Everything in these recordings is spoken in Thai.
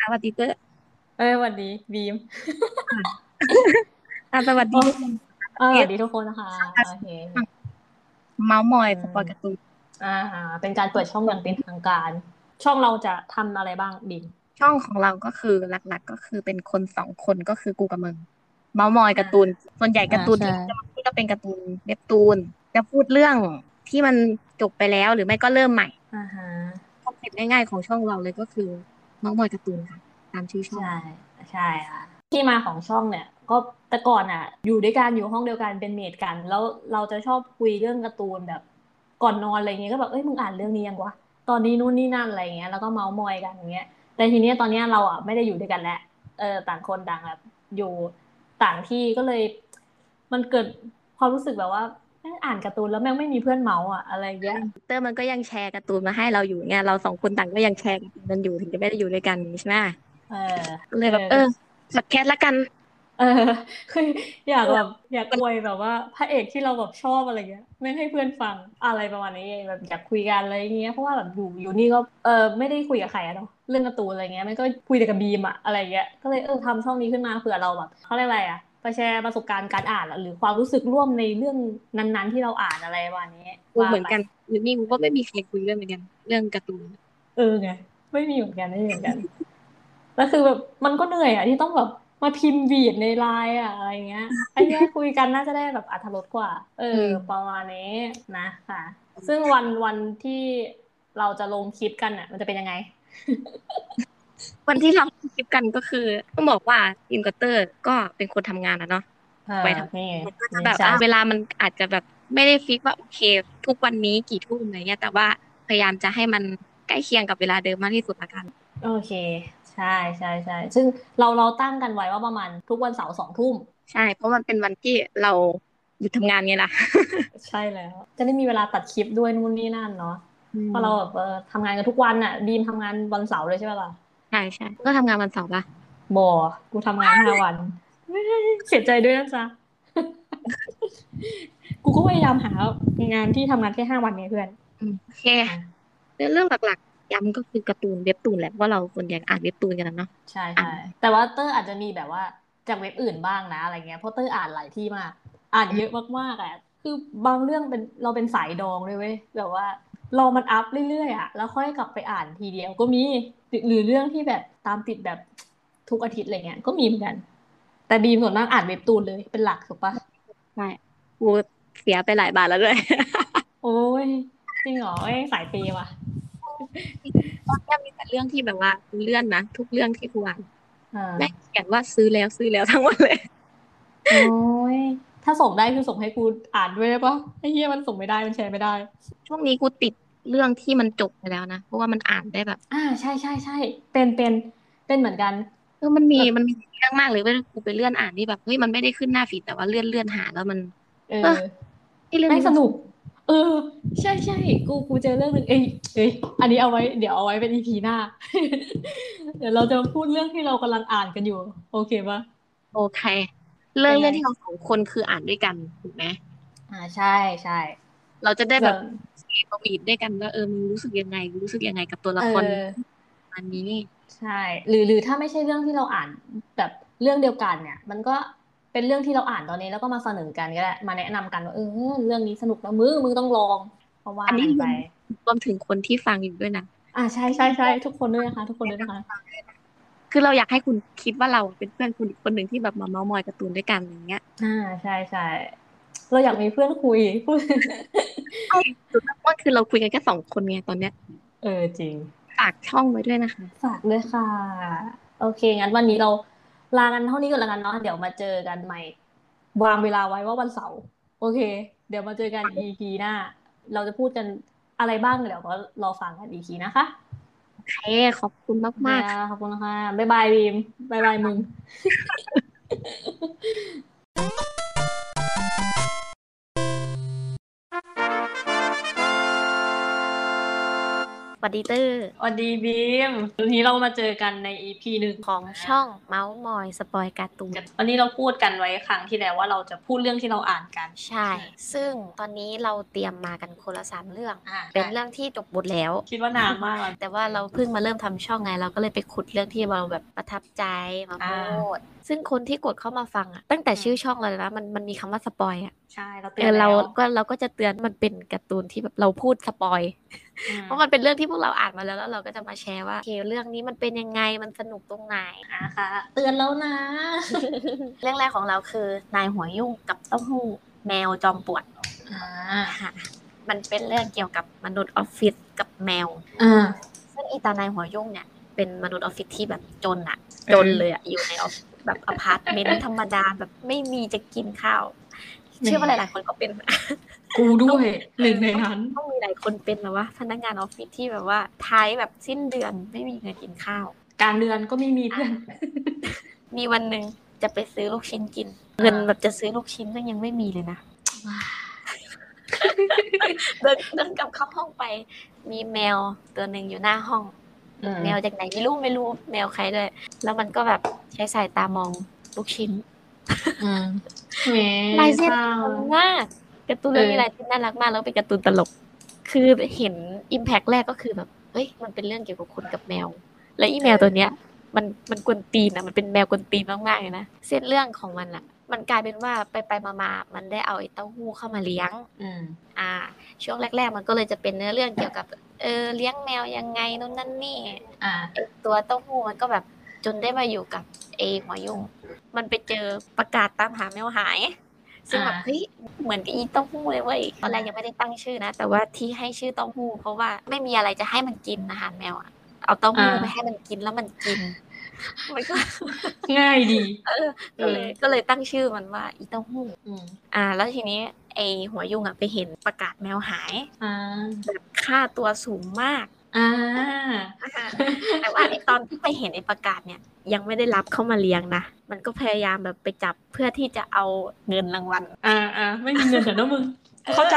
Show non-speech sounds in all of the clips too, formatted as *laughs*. สวัสดีเตอร์ เอ้ยสวัสดีบีม อ่ะสวัส โอ ดี เคเออส เอ วัส ส ดีทุกคนนะคะโอเค เมาส์มอย อื สป ม อยการ์ตูน อ่าฮะเป็นการเปิดช่องอย่างเป็นทางการ ช่องเราจะทำอะไรบ้างบีม ช่องของเราก็คือหลักๆ ก็คือเป็นคนสองคนก็คือกูกับมึงเมาส์มอย อ่า การ์ตูน ส่วนใหญ่ อ่า การ์ตูน ใช่ ที่เราจะมาพูดก็เป็นการ์ตูนเว็บตูนจะพูดเรื่องที่มันจบไปแล้วหรือไม่ก็เริ่มใหม่ อ่าฮะ คอนเซ็ปต์ง่ายๆของช่องเราเลยก็คือเมาส์มอยการ์ตูนค่ะ ตามชื่อช่อง ใช่ใช่ค่ะที่มาของช่องเนี่ย ก็แต่ก่อนอ่ะ อยู่ด้วยกันอยู่ห้องเดียวกันเป็นเมทกัน แล้วเราจะชอบคุยเรื่องการ์ตูนแบบก่อนนอนอะไรเงี้ยก็แบบเอ้ยมึงอ่านเรื่องนี้ยังวะตอนนี้นู่นนี่นั่นอะไรเงี้ยแล้วก็เมาส์มอยกันอย่างเงี้ย แต่ทีเนี้ยตอนเนี้ยเราอ่ะไม่ได้อยู่ด้วยกันแล้วเออต่างคนต่างแบบอยู่ต่างที่ก็เลย มันเกิดความรู้สึกแบบว่าแม่งอ่านการ์ตูนแล้วแม่งไม่มีเพื่อนเมาส์อ่ะอะไรเงี้ย เตอร์มันก็ยังแชร์การ์ตูนมาให้เราอยู่ไงเราสองคนต่างก็ยังแชร์การ์ตูนกันอยู่ถึงจะไม่ได้อยู่ด้วยกันใช่ไหม เออ ก็เล เอย อ แบบเอ ก็ อพอดแคสต์ละกัน เออ *laughs* คืออยาก เพื่อ แบบอยากอวยแบบว่าพระเอกที่เราแบบชอบอะไรเงี้ยไม่ให้เพื่อนฟังอะไรประมาณนี้แบบอยากคุยกันอะไรอย่างเงี้ยเพราะว่าแบบอยู่อยู่นี่ก็เออไม่ได้คุยกับใครอะเนาะเรื่องการ์ตูนอะไรเงี้ยมันก็คุยแต่กับบีมอะอะไรเงี้ยก็เลยเออทำช่องนี้ขึ้นมาเผื่อเราแบบเขาเรียกอะไรอะไปแชร์ประสบการณ์การอ่านหรือความรู้สึกร่วมในเรื่องนั้นๆ ที่เราอ่านอะไรประมาณนี้ กู ว่า เหมือน ไป กันอยู่นี่กูก็ไม่มีใครคุยด้วยเหมือนกัน เรื่องการ์ตูน เออไงไม่มีเหมือนกันไม่มีเหมือนกัน แล้วคือแบบมันก็เหนื่อยอ่ะที่ต้องแบบมาพิมพ์วีดในไลน์อ่ะอะไรเงี้ยไอ้เนี้ยคุยกันน่าจะได้แบบอรรถรสกว่า เออ อืม ประมาณนี้นะค่ะ ซึ่งวันวันที่เราจะลงคลิปกันอ่ะ มันจะเป็นยังไง วันที่เราคลิปกันก็คือ ต้องบอกว่าอิมกับเตอร์ก็เป็นคนทำงานนะเนาะ เออ ไปท นี่ ำมันก็จะ นี่ แบบ ใช่ อ่ะเวลามันอาจจะแบบไม่ได้ฟิกว่าโอเค ทุกวันนี้กี่ทุ่มอะไรเงี้ย แต่ว่าพยายามจะให้มันใกล้เคียงกับเวลาเดิมมากที่สุดละกัน โอเค ใช่ใช่ใช่ซึ่งเราเราตั้งกันไว้ว่าประมาณทุกวันเสาร์สองทุ่ม ใช่ เพราะมันเป็นวันที่เราหยุดทำงานไงล่ะ ใช่แล้ว จะได้มีเวลาตัดคลิปด้วยนู่นนี่นั่นเนาะ อื เพมราะเราแบบเออทำงานกันทุกวันอ่ะบีมทำงานวันเสาร์เลยใช่ไหมล่ะ ใช่ใช่ก็ทำงานวันเสาร์ป่ะ บอกูทำงานห้าวัน เสียใจด้วยนะจ๊ะ *laughs* กูก็พยายามหางานที่ทำงานแค่ห้าวันเนี่ยเพื่อน อืมโอเค อ่ะ แล้วเรื่องหลักๆย้ำก็คือการ์ตูนเว็บตูนแหละเพราะเราส่วนใหญ่อ่านเว็บตูนกันนะเนาะ ใช่ อ่า ใช่ น แต่ว่าเตอร์อาจจะมีแบบว่าจากเว็บอื่นบ้างนะอะไรเงี้ยเพราะเตอร์อ่านหลายที่มาก อ่าน อื เย ม อะมากๆอ่ะคือบางเรื่องเป็นเราเป็นสายดองเลยเว้ยแบบว่า รอมันอัพเรื่อยๆอ่ะแล้วค่อยกลับไปอ่านทีเดียวก็มีหรือหรือเรื่องที่แบบตามติดแบบทุกอาทิตย์อะไรเงี้ยก็มีเหมือนกัน แต่บีมส่วนมากอ่านเว็บตูนเลยเป็นหลักถูกปะ ใช่กูเสียไปหลายบาทแล้วด้วย โอ้ยจริงเหรอไอ้ยสายเปย์ว่ะ ตอนแรกมีแต่เรื่องที่แบบว่าเลื่อนนะทุกเรื่องที่กูอ่าน เออ แม่งเขียนว่าซื้อแล้วซื้อแล้วทั้งหมดเลย โอ้ยถ้าส่งได้คือส่งให้กูอ่านด้วยได้ปะไอ้เหี้ยมันส่งไม่ได้มันแชร์ไม่ได้ ช่วงนี้กูติดเรื่องที่มันจบไปแล้วนะ เพราะว่ามันอ่านได้แบบ อ่าใช่ใช่ใช่เป็นเป็นเป็นเหมือนกัน เออมันมี แบบ มันมีเรื่องมากเลยเว้ยกูไปเลื่อนอ่านนี่แบบเฮ้ยมันไม่ได้ขึ้นหน้าฟีดแต่ว่าเลื่อนเลื่อนหาแล้วมัน เออ เออไอ้เรื่อง แม่ง นี้ ส มัน นุก เออ ใช่ใช่กูกูเจอเรื่องหนึ่งเอ้ยเอ้ยอันนี้เอาไว้เดี๋ยวเอาไว้เป็นอีพีหน้า *laughs* เดี๋ยวเราจะพูดเรื่องที่เรากำลังอ่านกันอยู่ โอเคปะ โอเค เรื่อเป็ง น เรื่องไงที่เราสองคนคืออ่านด้วยกันถูกไหม อ่าใช่ใช่ เราจะได้ ส่ แบ ว บ น เชียร์ประวีดด้วยกันว่าเออมึงรู้สึกยังไงรู้สึกยังไงกับตัว เอ ละ อ ครอันนี้ ใช่ หรือหรือถ้าไม่ใช่เรื่องที่เราอ่านแบบเรื่องเดียวกันเนี่ย มันก็เป็นเรื่องที่เราอ่านตอนนี้แล้วก็มาเสนอกันก็ได้มาแนะนำกันว่าเออเรื่องนี้สนุกนะมึงมึงต้องลองก็ว่า อันนี้ กัรนไป วมรวมถึงคนที่ฟังอยู่ด้วยนะ อ่าใช่ใช่ใช่ทุกคนด้วยนะคะ ทุกคนด้วยนะคะ คือเราอยากให้คุณคิดว่าเราเป็นเพื่อนคุณอีกคนหนึ่งที่แบบมาเม้าท์มอยการ์ตูนด้วยกันอย่างเงี้ย อ่าใช่ใช่เราอยากมีเพื่อนคุยพูด *laughs* ใช่จุดเริ่มต้นคือเราคุยกันแค่สองคนไงตอนเนี้ย เออจริง ฝากช่องไว้ด้วยนะคะ ฝากด้วยค่ะ โอเค งั้นวันนี้เราลากันเท่านี้ก่อนแล้วกันเนาะเดี๋ยวมาเจอกันใหม่ วางเวลาไว้ว่าวันเสาร์โอเค เดี๋ยวมาเจอกัน EP หน้า เราจะพูดกันอะไรบ้างเดี๋ยวก็รอฟังกันอีกทีนะคะ โอเค ขอบคุณ อ่าม ากๆค่ะ ขอบคุณนะคะบ๊ายบายบีมบ๊ายบายมึง วัสดีเตอร์ สวัสดีบีมวันนี้เรามาเจอกันใน EP หนึ่ง ของช่องเมาส์มอยสปอยการ์ตูน วันนี้เราพูดกันไว้ครั้งที่แล้วว่าเราจะพูดเรื่องที่เราอ่านกัน ใช่ ซึ่งตอนนี้เราเตรียมมากันคนละสามเรื่อง อ่า เป็นเรื่องที่จบบทแล้ว คิดว่านานมากแล้ว แต่ว่าเราเพิ่งมาเริ่มทำช่องไงเราก็เลยไปขุดเรื่องที่เราแบบประทับใจมา อ่า พูดซึ่งคนที่กดเข้ามาฟังอ่ะตั้งแต่ชื่อช่องเลยนะมันมันมีคำว่าสปอยอ่ะ ใช่เราเตื เอ อน อเรา แล้ว ก็เราก็จะเตือนมันเป็นการ์ตูนที่แบบเราพูดสปอย อืม เพราะมันเป็นเรื่องที่พวกเราอ่านมาแล้วแล้วเราก็จะมาแชร์ว่าโอเคเรื่องนี้มันเป็นยังไงมันสนุกตรงไหน อ่าค่ะ เตือนแล้วนะ เรื่องแรกของเราคือนายหัวยุ่งกับเต้าหู้แมวจอมปวด อ่า ค่ะมันเป็นเรื่องเกี่ยวกับมนุษย์ออฟฟิศกับแมว อ่า ซึ่งอีตานายหัวยุ่งเนี่ยเป็นมนุษย์ออฟฟิศที่แบบจนอะจนเลยอะอยู่ในออฟแบบอพาร์ตเมนต์ธรรมดาแบบไม่มีจะกินข้าว เชื่อว่าหลายๆคนก็เป็น กูด้วยหนึ่งในนั้น *laughs* ต้องมีหลายคนเป็นแบบว่าพนักงานออฟฟิศที่แบบว่าท้ายแบบสิ้นเดือนไม่มีเงินกินข้าว กลางเดือนก็ไม่มีเพื่อน มีวันหนึ่งจะไปซื้อลูกชิ้นกิน เงินแบบจะซื้อลูกชิ้นก็ยังไม่มีเลยนะ ว้า เดินเดินกลับเข้าห้องไป มีแมวตัวหนึ่งอยู่หน้าห้อง แมวจากไหนไม่รู้ไม่รู้แมวใครด้วย แล้วมันก็แบบใช้สายตามองลูกชิ้น อืม ลายเส้น ศร้า น่ารักมากการ์ตูนเรื่องนี้ เออ ลายเส้นน่ารักมากแล้วเป็นการ์ตูนตลก คือเห็นอิมแพคแรกก็คือแบบเอ้ยมันเป็นเรื่องเกี่ยวกับคนกับแมว และอีแมวตัวเนี้ย มันมันกวนตีนอะมันเป็นแมวกวนตีนมากๆเลยนะเส้นเรื่องของมันอะมันกลายเป็นว่าไปไปๆมาๆมันได้เอาไอ้เต้าหู้เข้ามาเลี้ยง อืม อ่า ช่วงแรก ๆ มันก็เลยจะเป็นเนื้อเรื่องเกี่ยวกับเออเลี้ยงแมวยังไงนู่นนั่นนี่ อ่า ไอ้ตัวเต้าหู้มันก็แบบจนได้มาอยู่กับเอหัวยุ่ง มันไปเจอประกาศตามหาแมวหาย ซึ่งแบบ อ่า เฮ้ยเหมือนกับอีเต้าหู้เลยเว้ยตอนแรกยังไม่ได้ตั้งชื่อนะ แต่ว่าที่ให้ชื่อเต้าหู้เพราะว่าไม่มีอะไรจะให้มันกินอาหารแมวอะเอาเต้าหู้ไปให้มันกินแล้วมันกิน มันก็ ง่ายดี เออ ก็เลยก็เลยตั้งชื่อมันว่าอีเต้าหู้ อืม อ่า แล้วทีนี้ไอหัวยุ่งอะไปเห็นประกาศแมวหาย อ่า แบบค่าตัวสูงมาก อ่า แต่ว่าไอ้ตอนที่ไปเห็นไอ้ประกาศเนี่ย ยังไม่ได้รับเข้ามาเลี้ยงนะ มันก็พยายามแบบไปจับเพื่อที่จะเอาเงินรางวัล อ่าอ่าไม่มีเงินเดี๋ยวนะมึง เข้าใจ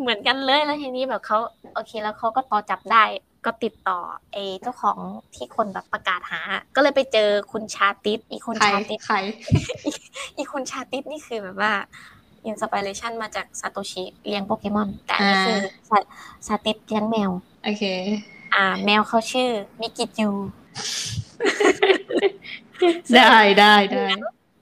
เหมือนกันเลยแล้วทีนี้แบบเขาโอเคแล้วเขาก็ต่อจับได้ก็ติดต่อไอ้เจ้าของที่คนแบบประกาศหา ก็เลยไปเจอคุณชาติสอีกคุณ ใคร ชาติส ใคร อีกคุณชาติสนี่คือแบบว่าอินสปิเรชันมาจากซาโตชิเลี้ยงโปเกมอน แต่อันนี้คือซาซาติสเลี้ยงแมว โอเค อ่า แมวเขาชื่อมิกิจู *laughs* ได้ได้ได้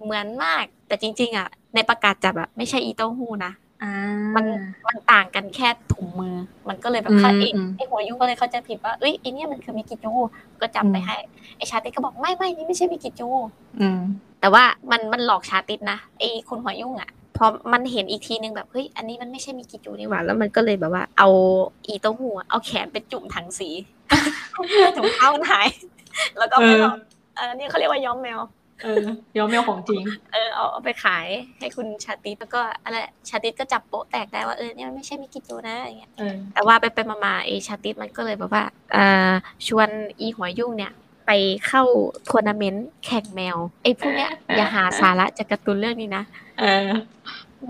เหมือนมาก แต่จริง ๆ อ่ะ ในประกาศจับอ่ะไม่ใช่อีเต้าหู้นะ อ่า มั มันต่างกันแค่ถุงมือ มันก็เลยแบบเข้า อืม ไอ้ อืม ไอ้หัวยุก็เลยเข้าใจผิดว่าเอ้ยไอ้เนี่ยมันคือมิกิจู ก็จับไป อืม ให้ไอ้ชาติก็บอกไม่ไม่นี่ไม่ใช่มิกิจู อืม แต่ว่ามันมันหลอกชาติดนะไอ้คุณหัวยุ่งอ่ะพอมันเห็นอีกทีนึงแบบเฮ้ยอันนี้มันไม่ใช่มิกิจูนี่หว่าแล้วมันก็เลยแบบว่า เอาอีเต้าหู้อะเอาแขนไปจุ่มถังสี *laughs* ถุงเท้ามันหาย แล้วก็เอาไป เออ หลอกเออนี่เขาเรียกว่าย้อมแมว เออยอมแมวของจริง เออเอาเอาไปขายให้คุณชาติตแล้วก็อะไรชาติตก็จับโป๊ะแตกได้ว่าเออเนี่ยมันไม่ใช่มิกิจูนะอะไรเงี้ย เออ แต่ว่าไปไปมามาๆไอชาติตมันก็เลยแบบว่าเอ่อชวนอีหัวยุ่งเนี่ย ไปเข้าทัวร์นาเมนต์แข่งแมวไอพวกเนี้ย อย่าหาสาระจากการ์ตูนเรื่องนี้นะ เออ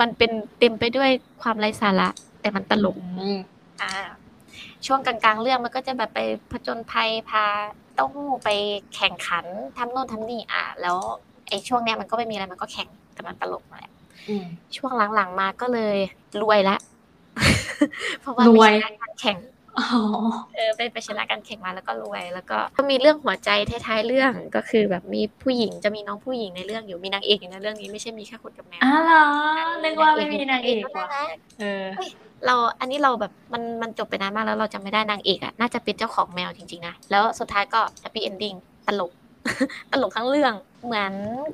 มันเป็นเต็มไปด้วยความไร้สาระ แต่มันตลก อืม อ่าช่วงกลางๆเรื่องมันก็จะแบบไปผจญภัยพาเต้าหู้ไปแข่งขันทำโน่นทำนี่อ่ะแล้วไอช่วงเนี้ยมันก็ไม่มีอะไรมันก็แข่งแต่มันตลกมาแหละ อืม ช่วงหลังๆมาก็เลยรวยละ *laughs* เพราะว่าไป รวย ชนะการแข่ง อ๋อ เออไปไปชนะการแข่งมาแล้วก็รวย แล้วก็ก็มีเรื่องหัวใจท้ายๆเรื่องก็คือแบบมีผู้หญิงจะมีน้องผู้หญิงในเรื่องอยู่มีนางเอกอยู่ในเรื่องนี้ไม่ใช่มีแค่คนกับแมว อ๋อเหรอนึกว่าไม่มีนางเอก น ว่ะ งเอก เออ เราอันนี้เราแบบมันมันจบไปนานมากแล้วเราจำไม่ได้นางเอกอ่ะน่าจะเป็นเจ้าของแมวจริงๆนะแล้วสุดท้ายก็ happy ending ตลก *laughs* ตลกทั้งเรื่อง เหมือน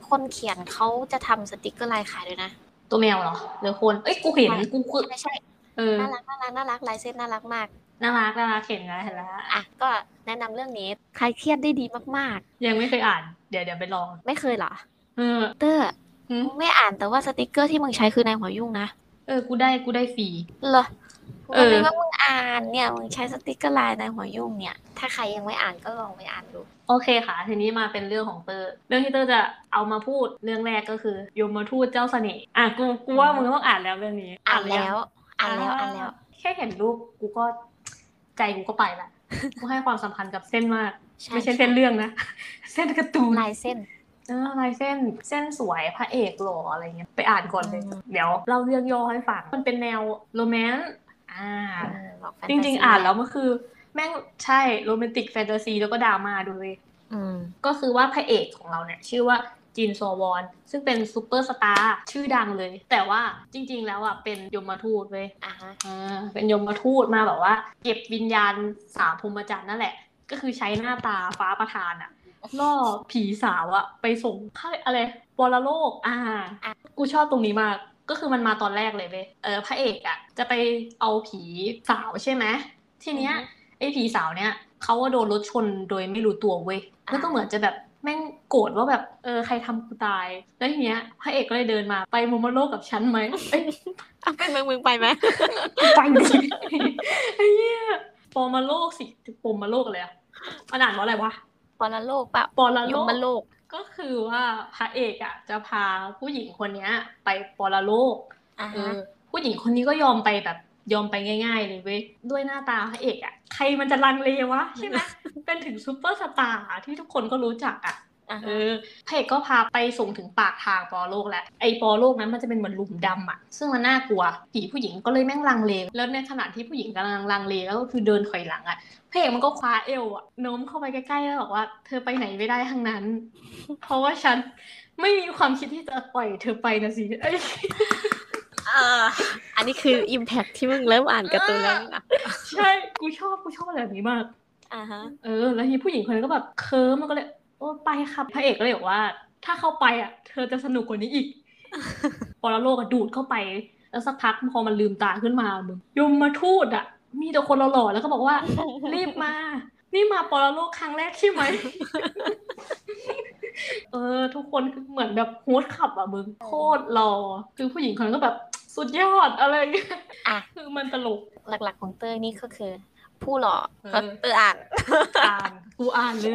คนเขียนเขาจะทำสติกเกอร์ลายขายด้วยนะ ตัวแมวเหรอหรือคนเอ้ยกูเห็น ใช่ กูกู ไม่ใช่ เออ น่ารักน่ารักน่ารักลายเส้นน่ารักมาก น่ารักน่ารักเห็นแล้วเห็นแล้ว อ่ะก็แนะนำเรื่องนี้คลายเครียดได้ดีมาก ยังไม่เคยอ่าน เดี๋ยวเดี๋ยวไปลอง ๆ ไม่เคยเหรอ เออ เตอร์ หึ มึงไม่อ่านแต่ว่าสติกเกอร์ที่มึงใช้คือนายหัวยุ่งนะ เออ กูได้กูได้ฟรี เหรอ เออ มึงนึกว่ามึงอ่านเนี่ยมึงใช้สติกเกอร์ลายนายหัวยุ่งเนี่ย ถ้าใครยังไม่อ่านก็ลองไปอ่านดู โอเคค่ะ ทีนี้มาเป็นเรื่องของเตอร์ เรื่องที่เตอร์จะเอามาพูดเรื่องแรกก็คือ ยมทูตเจ้าเสน่ห์อ่ะกูกูว่ามึงต้องอ่านแล้วเรื่องนี้ อ่านแล้ว หรื อ่านแล้วยังอ่านแล้ว แค่เห็นรูปกูก็ใจกูก็ไปละ ผู้ให้ความสำคัญกับเส้นมาก ใช่ ไม่ใช่เส้นเรื่องนะ *laughs* เส้นการ์ตูน ลายเส้น เออลายเส้นเส้นสวยพระเอกหล่ออะไรเงี้ยไปอ่านก่อนเลย อืม เดี๋ยวเล่าเรื่องย่อให้ฟังมันเป็นแนวโรแมนต์อ่า หลอกแฟนต จ ซี ริงๆ อ่านแล้วมันคือ แม่งใช่โรแมนติกแฟนตาซีแล้วก็ดราม่าด้วย อืม ก็คือว่าพระเอกของเราเนี่ย ชื่อว่าจีนโซวอน ซึ่งเป็นซูเปอร์สตาร์ชื่อดังเลย แต่ว่าจริง ๆ แล้วอ่ะเป็นยมทูตเว้ย อ่าฮะ อ่าเป็นยมทูตมาแบบว่า เก็บวิญญาณสาวพรหมจันทร์นั่นแหละ ก็คือใช้หน้าตาฟ้าประทาน *laughs* อะล่อผีสาวอะไปส่งค่ายอะไรบอลโลก อ่า อ่ะ กูชอบตรงนี้มาก ก็คือมันมาตอนแรกเลยเว้ยเออพระเอกอะจะไปเอาผีสาวใช่ไหมทีเนี้ยไอ้ผีสาวเนี่ยเขาก็โดนรถชนโดยไม่รู้ตัวเว้ยแล้วก็เหมือนจะแบบแม่งโกรธว่าแบบเออใครทำกูตาย แล้วทีเนี้ยพระเอกก็เลยเดินมาไปมมโลกกับฉันไหมเอ้ย อ่ะเป็นมึงมึงไปไหม ไปดิไอ้เหี้ยปอมาโลกสิปมมาโลกอะไรอะมันอ่านว่าอะไรวะ ปรโลกปะ ปอลายโลก มโลก ก็คือว่าพระเอกอะจะพาผู้หญิงคนเนี้ย ไปปอลาโลก อ่า เอ ฮะ อผู้หญิงคนนี้ก็ยอมไปแบบยอมไปง่าย ๆ เลยเว้ยด้วยหน้าตาพระเอกอะใครมันจะลังเลวะใช่ไหมเป็นถึงซูเปอร์สตาร์ที่ทุกคนก็รู้จักอะ อ่า เอ ฮะ อพระเอกก็พาไปส่งถึงปากทางปอโลกแหละไอปอโลกนั้นมันจะเป็นเหมือนหลุมดำอ่ะ ซึ่งมันน่ากลัวผีผู้หญิงก็เลยแม่งลังเลแล้วในขณะที่ผู้หญิงกำลังลังเลแล้วก็คือเดินถอยหลังอ่ะพระเอกมันก็คว้าเอวอ่ะโน้มเข้าไปใกล้ๆแล้วบอกว่า เธอไปไหนไม่ได้ทั้งนั้น เพราะว่าฉันไม่มีความคิดที่จะปล่อยเธอไปนะสิเอ้ย อ่าอันนี้คืออิมแพคที่มึงเริ่มอ่านการ์ตูนแล้วอ่ะ ใช่กูชอบกูชอบอะไรแบบนี้มาก อ่าฮะ เออแล้วทนีผู้หญิงคนนั้นก็แบบเคิร์มมันก็เลยโอ้ไปค่ะพระเอกก็เลยบอกว่า ถ้าเข้าไปอ่ะ เธอจะสนุกกว่านี้ *laughs* อีก ปรโลกอะดูดเข้าไป แล้วสักพักพอมันลืมตาขึ้นมามึงยมมาทูดอ่ะ มีแต่คนหล่อๆแล้วก็บอกว่า รีบมา นี่มาปรโลกครั้งแรกใช่ไหม *laughs* เออ ทุกคนคือเหมือนแบบโฮสต์ขับอ่ะมึงโคตรหล่อคือผู้หญิงคนนั้นก็แบบสุดยอดอะไรอย่างเงี้ย อ่ะ คือมันตลก หลักๆของเตอร์นี่ก็คือ ผู้หล่อ เออ ก็เตอร์อ่าน อ่านกูอ่านเลย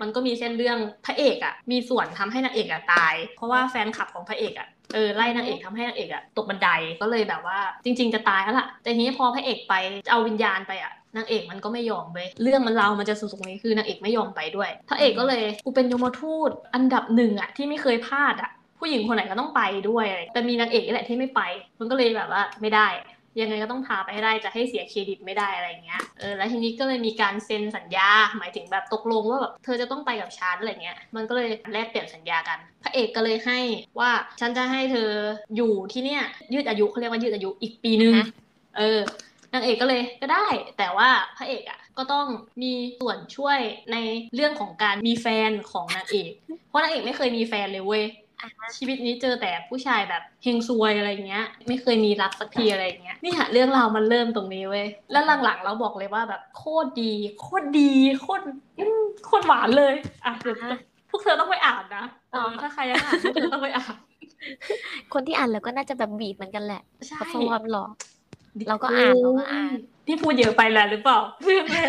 มันก็มีเส้นเรื่องพระเอกอะ่ะ มีส่วนทำให้นางเอกอะ่ะตาย เพราะว่าแฟนคลับของพระเอกอะ่ะเออไล่นางเอกทำให้นางเอกอะ่ะตกบันไดก็เลยแบบว่า จริง ๆ จะตายแล้วล่ะ แต่ทีนี้พอพระเอกไปจะเอาวิญญาณไปอะ่ะนางเอกมันก็ไม่ยอมเว้ยเรื่องมันเรามันจะสุดตรงนี้คือนางเอกไม่ยอมไปด้วย พระเอกก็เลยกูเป็นยมทูตอันดับหนึ่งอะ่ะที่ไม่เคยพลาดอะ่ะ ผู้หญิงคนไหนก็ต้องไปด้วยอะไรแต่มีนางเอกนี่แหละที่ไม่ไป มันก็เลยแบบว่าไม่ได้ ยังไงก็ต้องพาไปให้ได้จะให้เสียเครดิตไม่ได้อะไรอย่างเงี้ย เออแล้วทีนี้ก็เลยมีการเซ็นสัญญา หมายถึงแบบตกลงว่าแบบเธอจะต้องไปกับฉันอะไรเงี้ย มันก็เลยแลกเปลี่ยนสัญญากัน พระเอกก็เลยให้ว่าฉันจะให้เธออยู่ที่เนี่ยยืดอายุเขาเรียกว่ายืดอายุอีกปีนึง ฮะ เออนางเอกก็เลยก็ได้ แต่ว่าพระเอกอ่ะก็ต้องมีส่วนช่วยในเรื่องของการมีแฟนของนางเอก เพราะนางเอกไม่เคยมีแฟนเลยเว้ย ชีวิตนี้เจอแต่ผู้ชายแบบเฮงซวยอะไรเงี้ย ไม่เคยมีรักสักทีอะไรเงี้ยนี่ค่ะเรื่องราวมันเริ่มตรงนี้เว้ยแล้วหลังๆ เราบอกเลยว่าแบบโคตรดี โคตรดีโคตรอืมโคตรหวานเลยอ่ะเดี๋ยวจะพวกเธอต้องไปอ่านนะเออถ้าใครยังอ่านพวกเธอต้องไปอ่าน คนที่อ่านแล้วก็น่าจะแบบบีบเหมือนกันแหละ ใช่ เพราะความหล่อ เราก็อ่านเราก็อ่าน ที่พูดเยอะไปแล้วหรือเปล่าเรื่องแรก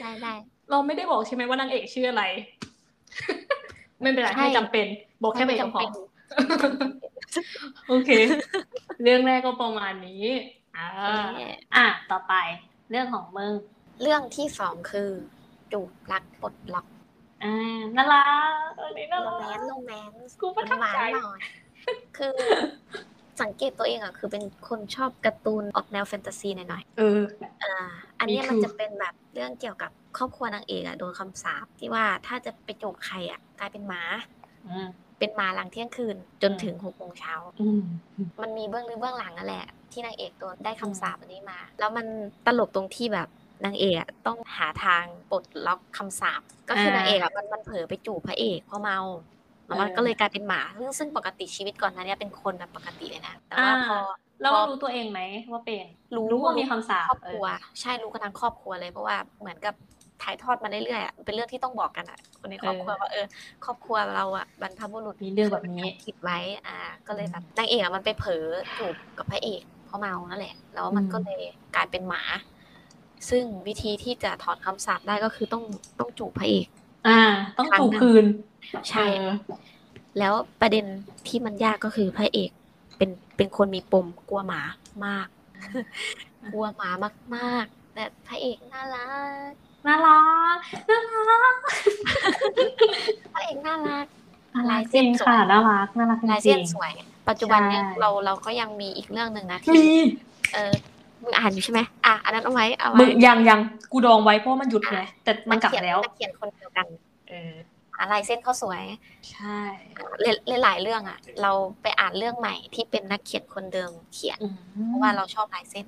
ได้ได้ เราไม่ได้บอกใช่ไหมว่านางเอกชื่อ *laughs* อะไร ไม่เป็นไรไม่จำเป็น บอกแค่ไปกับพอ โอ *laughs* เค เรื่องแรกก็ประมาณนี้ อ่า เออ อ่ะ ต่อไป เรื่องของมึง เรื่องที่สองคือจูบรักปลดล็อก อ่า น่ารักเออนี่น่า โรแมรัน ก ต์โรแมนต์ กูประทับ หวาน ใจ หน่อย คือสังเกตตัวเองอะคือเป็นคนชอบการ์ตูนออกแนวแฟนตาซีหน่อย เออ ๆเอ่ออันเนี้ย Me มัน too จะเป็นแบบเรื่องเกี่ยวกับครอบครัวนางเอกอะโดนคำสาปที่ว่าถ้าจะไปจูบใครอะกลายเป็นหมา อืม เป็นหมาหลังเที่ยงคืนจน อืม ถึงหกโมงเช้า อืม มันมีเบื้องลึกเบื้องหลังนั่นแหละ ที่นางเอกโดนได้ อืม คำสาปอันนี้มา แล้วมันตลกตรงที่แบบนางเอกอะต้องหาทางปลดล็อกคำสาปก็คือนางเอกอะมันมันเผลอไปจูบพระเอกเพราะเมาแล้วมันก็เลยกลายเป็นหมาซึ่งซึ่งปกติชีวิตก่อนหนั้านเนี่ยเป็นคนแบบปกติเลยนะแต่ว่าพอ แล้วว่ารู้ตัวเองไหมว่าเป็น รู้ รู้ว่ามีคำสาป ครอบ เ ครัว ใช่รู้กันทั้งครอบครัวเลยเพราะว่าเหมือนกับถ่ายทอดมาเรื่อยๆอะเป็นเรื่องที่ต้องบอกกันอ่ะคนในครอบครัวว่าเออครอบครัวเราอ่ะบรรพบุรุษ มีเรื่องแบบนี้ คิดไว้อ่า ก็เลยแบบนางเอกอะมันไปเผลอจูบกับพระเอกเพราะเมานั่นแหละ แล้วมัน อืม ก็เลยกลายเป็นหมา ซึ่งวิธีที่จะถอนคำสาปได้ก็คือต้องต้องจูบพระเอก อ่า ต้องจูบคืน ใช่ เออ แล้วประเด็นที่มันยากก็คือพระเอกเป็น *laughs* เป็นคนมีปมกลัวหมามาก กลัวหมามากๆแต่พระเ เอกน่ารัก น่ารักน่ารัก พระเอกน่ารัก น่า ลา รั ย ก เส้ จริ น งสวค่ะย น่ารักน่ารักจ ลาย ริ เส้น ง สวย ปัจจุบันเนี่ย ใช่ เราเราก็ยังมีอีกเรื่องหนึ่งนะ ๆ ที่ มี เออมึงอ่านอยู่ใช่ไหมอ่ะอันนั้นเอาไว้เอา มึ ไว้ งยังยังกูดองไว้เพราะมันหยุดไงแต่มันกลับ เขีย แล้ว นักเขียนคนเดียวกัน เออ อ่ะลายเส้นเขาสวย ใช่ หลายหลายๆเรื่องอ่ะ เราไปอ่านเรื่องใหม่ที่เป็นนักเขียนคนเดิมเขียน อืม เพราะว่าเราชอบลายเส้น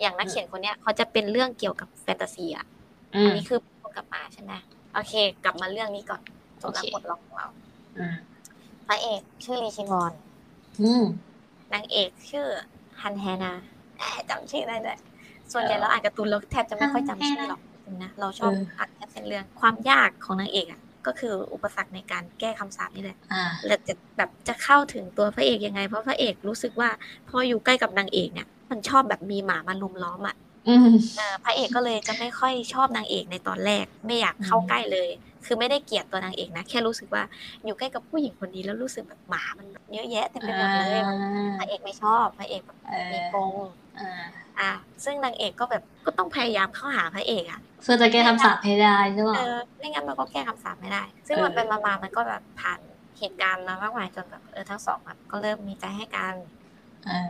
อย่างนักเขียนคนเนี้ยเขาจะเป็นเรื่องเกี่ยวกับแฟนตาซีอ่ะ อื อั ม นนี้คือพูดกลับมาใช่ไหมโอเค กลับมาเรื่องนี้ก่อนสำหรับ โอเค บทลองของเรา อืม พระเอกชื่อลีคิมอน อืม นางเอกชื่อฮันแฮนาเอ๊ะจำชื่อได้ด้วยส่วนใหญ่เราอ่านการ์ตูนเราแทบจะไม่ค่อยจำชื่อหรอกจริงๆนะ เราชอบ เอออ่ อ่านแค่เป็นเรื่อง ความยากของนางเอกอ่ะ ก็คืออุปสรรคในการแก้คำสาปนี่แหละ อ่า แล้วจะแบบจะเข้าถึงตัวพระเอกยังไง เพราะพระเอกรู้สึกว่าพออยู่ใกล้กับนางเอกเนี่ย มันชอบแบบมีหมามาลุมล้อมอ่ะ อืม เอ่อพระเอกก็เลยจะไม่ค่อยชอบนางเอกในตอนแรก ไม่อยากเข้า อืม ใกล้เลย คือไม่ได้เกลียดตัวนางเอกนะ แค่รู้สึกว่าอยู่ใกล้กับผู้หญิงคนนี้แล้วรู้สึกแบบหมามันเยอะแยะเต็มไปหมดเลยพระเอกไม่ชอบพระเอกแบบ เอ มี อ ปง อ่า อ่ะซึ่งนางเอกก็แบบก็ต้องพยายามเข้าหาพระเอกอ่ะ เพื่อจะแก้คำสาปให้ได้ใช่ป่ะ เออไม่งั้นมันก็แก้คำสาปไม่ได้ ซึ่ง เออ มันเป็นมามามันก็แบบผ่านเหตุการณ์มามากมายจนแบบเออทั้งสองแบบก็เริ่มมีใจให้กัน เออ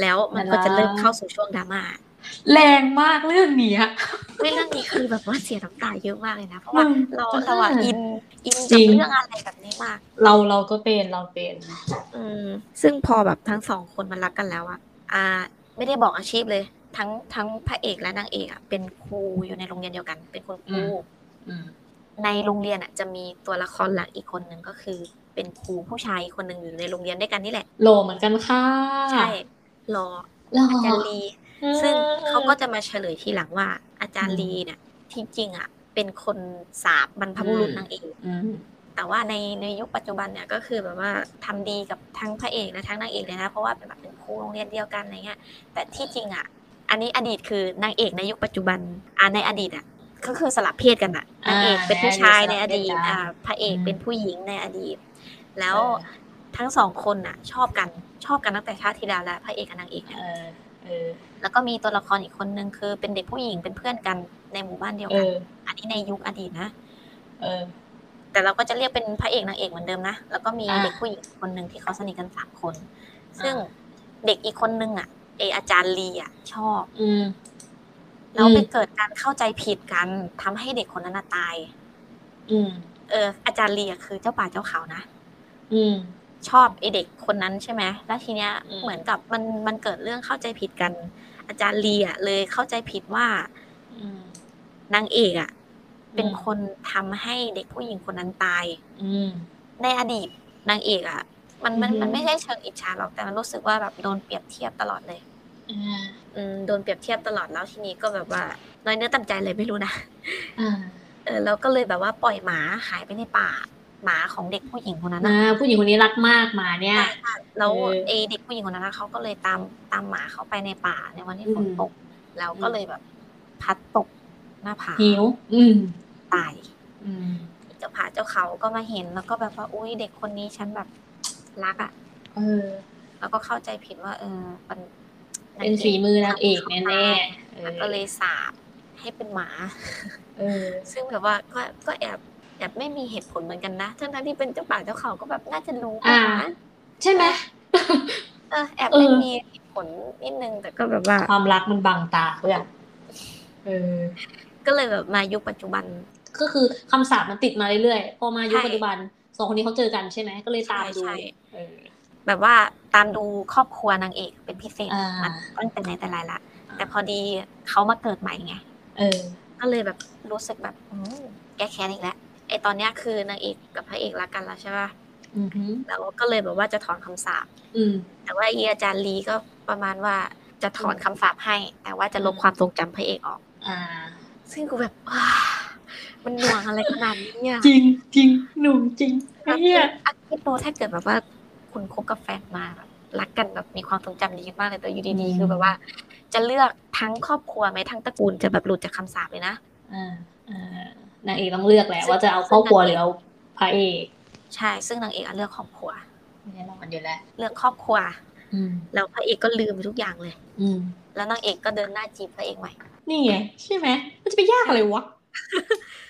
แล้วมัน น่ารัก ก็จะเริ่มเข้าสู่ช่วงดราม่า แรงมากเรื่องเนี้ย ด้วยเรื่องนี้คือแบบว่าเสียน้ำตาเยอะมากเลยนะเพราะ อื ว่า ม เราเราอะอินอิน จ กั ริ บ ง เรื่องอะไรแบบนี้มาก เราเราก็เป็นเราเป็น อืม ซึ่งพอแบบทั้งสองคนมันรักกันแล้วอะอ่า ไม่ได้บอกอาชีพเลย ทั้งทั้งพระเอกและนางเอกอะเป็นครูอยู่ในโรงเรียนเดียวกัน เป็นคนครู อืม อืม ในโรงเรียนอะจะมีตัวละครหลักอีกคนหนึ่งก็คือ เป็นครูผู้ชายอีกคนหนึ่งอยู่ในโรงเรียนด้วยกันนี่แหละ โลเหมือนกันค่ะ ใช่รอ หล่อ อาจารย์ลี อืม ซึ่งเขาก็จะมาเฉลยทีหลังว่า อาจารย์ อืม ลีเนี่ยที่จริงอะเป็นคนสาบบรรพบุรุษ อืม นางเอก อืม แต่ว่าในในยุคปัจจุบันเนี่ยก็คือแบบว่าทำดีกับทั้งพระเอกและทั้งนางเอกเลยนะ เพราะว่าเป็นแบบเป็นครูโรงเรียนเดียวกันอะไรเงี้ยแต่ที่จริงอ่ะ อันนี้อดีตคือนางเอกในยุคปัจจุบันอ่าในอดีตอ่ะก็คือสลับเพศกันอ่ะนางเอกเป็นผู้ชายในอดีตอ่าพระเอกเป็นผู้หญิงในอดีต แล้วทั้งสองคนน่ะชอบกันชอบกันตั้งแต่ชาติที่แล้วแล้วพระเอกกับนางเอกเนี่ย เออเออ แล้วก็มีตัวละครอีกคนนึงคือเป็นเด็กผู้หญิงเป็นเพื่อนกันในหมู่บ้านเดียว เอ กัน อ อันนี้ในยุคอดีตนะ เออ แต่เราก็จะเรียกเป็นพระเอกนางเอกเหมือนเดิมนะ แล้วก็มี อ่า เด็กผู้หญิงคนหนึ่งที่เขาสนิทกันสามคน า ซึ่งเด็กอีกคนนึงอ่ะเอออาจารย์ลีอ่ะชอบ อืม แล้ว อืม ไปเกิดการเข้าใจผิดกันทำให้เด็กคนนั้นนะตาย อืม เอออาจารย์ลีอ่ะคือเจ้าป่าเจ้าเขานะ อืม ชอบไอเด็กคนนั้นใช่ไหมแล้วทีเนี้ย อืม เหมือนกับมันมันเกิดเรื่องเข้าใจผิดกัน อาจารย์ลีอ่ะเลยเข้าใจผิดว่า อืม นางเอกอ่ะเป็น อืม คนทำให้เด็กผู้หญิงคนนั้นตาย อืม ในอดีตนางเอกอะมันมัน อือฮึ มันไม่ใช่เชิงอิจฉาหรอกแต่มันรู้สึกว่าแบบโดนเปรียบเทียบตลอดเลย อ่า อืมโดนเปรียบเทียบตลอดแล้วทีนี้ก็แบบว่าน้อยเนื้อต่ำใจเลยไม่รู้นะ อ่า เออแล้วก็เลยแบบว่าปล่อยหมาหายไปในป่าหมาของเด็กผู้หญิงคนนั้น นะ นะ ผู้หญิงคนนี้รักมากหมาเนี่ย แล้ว เออ ไอเด็กผู้หญิงคนนั้นนะเขาก็เลยตามตามหมาเข้าไปในป่าในวันที่ อืม ฝนตกแล้วก็เลยแบบพลัดตกหน้าผา หิว อืม ตาย อืม เจ้าผาเจ้าเขาก็มาเห็นแล้วก็แบบว่าอุ้ยเด็กคนนี้ฉันแบบรักอะ เออ แล้วก็เข้าใจผิดว่า เออมัน เป็นฝีมือนางเอกแน่ๆเออ ก็เลยสาบให้เป็นหมา เออ ซึ่งแบบว่าก็ก็แอบแอบไม่มีเหตุผลเหมือนกันนะทั้งๆที่เป็นเจ้าป่าเจ้าเขาก็แบบน่าจะรู้ป่ะ อ่า คะ ใช่ไหม เออแอบ เออ ไม่มีเหตุผลนิดนึงแต่ก็แบบว่า ความรักมันบังตาเพื่อนเออ ก็เลยแบบมายุคปัจจุบัน ก็คือคำสาปมันติดมาเรื่อยๆ พอมายุค ใช่ ปัจจุบันสองคนนี้เขาเจอกันใช่ไหม ก็เลยตาม ใช่ ดู ใช่ เออ แบบว่าตามดูครอบครัวนางเอกเป็นพิเศษ อ่ามั นตั้งแต่ไหนแต่ไรละ แต่พอดีเขามาเกิดใหม่ไง เออ ก็เลยแบบรู้สึกแบบอืมแก้แค้นอีกแล้วไอตอนเนี้ยคือนางเอกกับพระเอกรักกันแล้วใช่ป่ะ อือหือ แล้วก็เลยแบบว่าจะถอนคำสาป อืม แต่ว่าอีอาจารย์ลีก็ประมาณว่าจะถอนคำสาปให้ แต่ว่าจะลบความทรงจำพระเอกออก อ่า ซึ่งกูแบบว้ามันหน่วงอะไรขนาดนี้อะ จริงจริงหนุ่มจริงไอ้เหี้ย อันคิดดูถ้าเกิดแบบว่าคุณคบกับแฟนมาแบบรักกันแบบมีความทรงจำดีมากเลยแต่อยู่ดีๆคือแบบว่า จะเลือกทั้งครอบครัวไหมทั้งตระกูลจะแบบหลุดจากคำสาปเลยนะ อ่าอ่านางเอกต้องเลือกแหละว่าจะเอาครอบครัวหรือเอาพระเอก ใช่ ซึ่งนางเอกอะเลือกครอบครัว แน่นอนอยู่แล้ว เรื่องครอบครัว อืม แล้วพระเอกก็ลืมไปทุกอย่างเลย อืม แล้วนางเอกก็เดินหน้าจีบพระเอกใหม่ นี่ไงใช่ไหมมันจะไปยากอะไร *laughs* วะ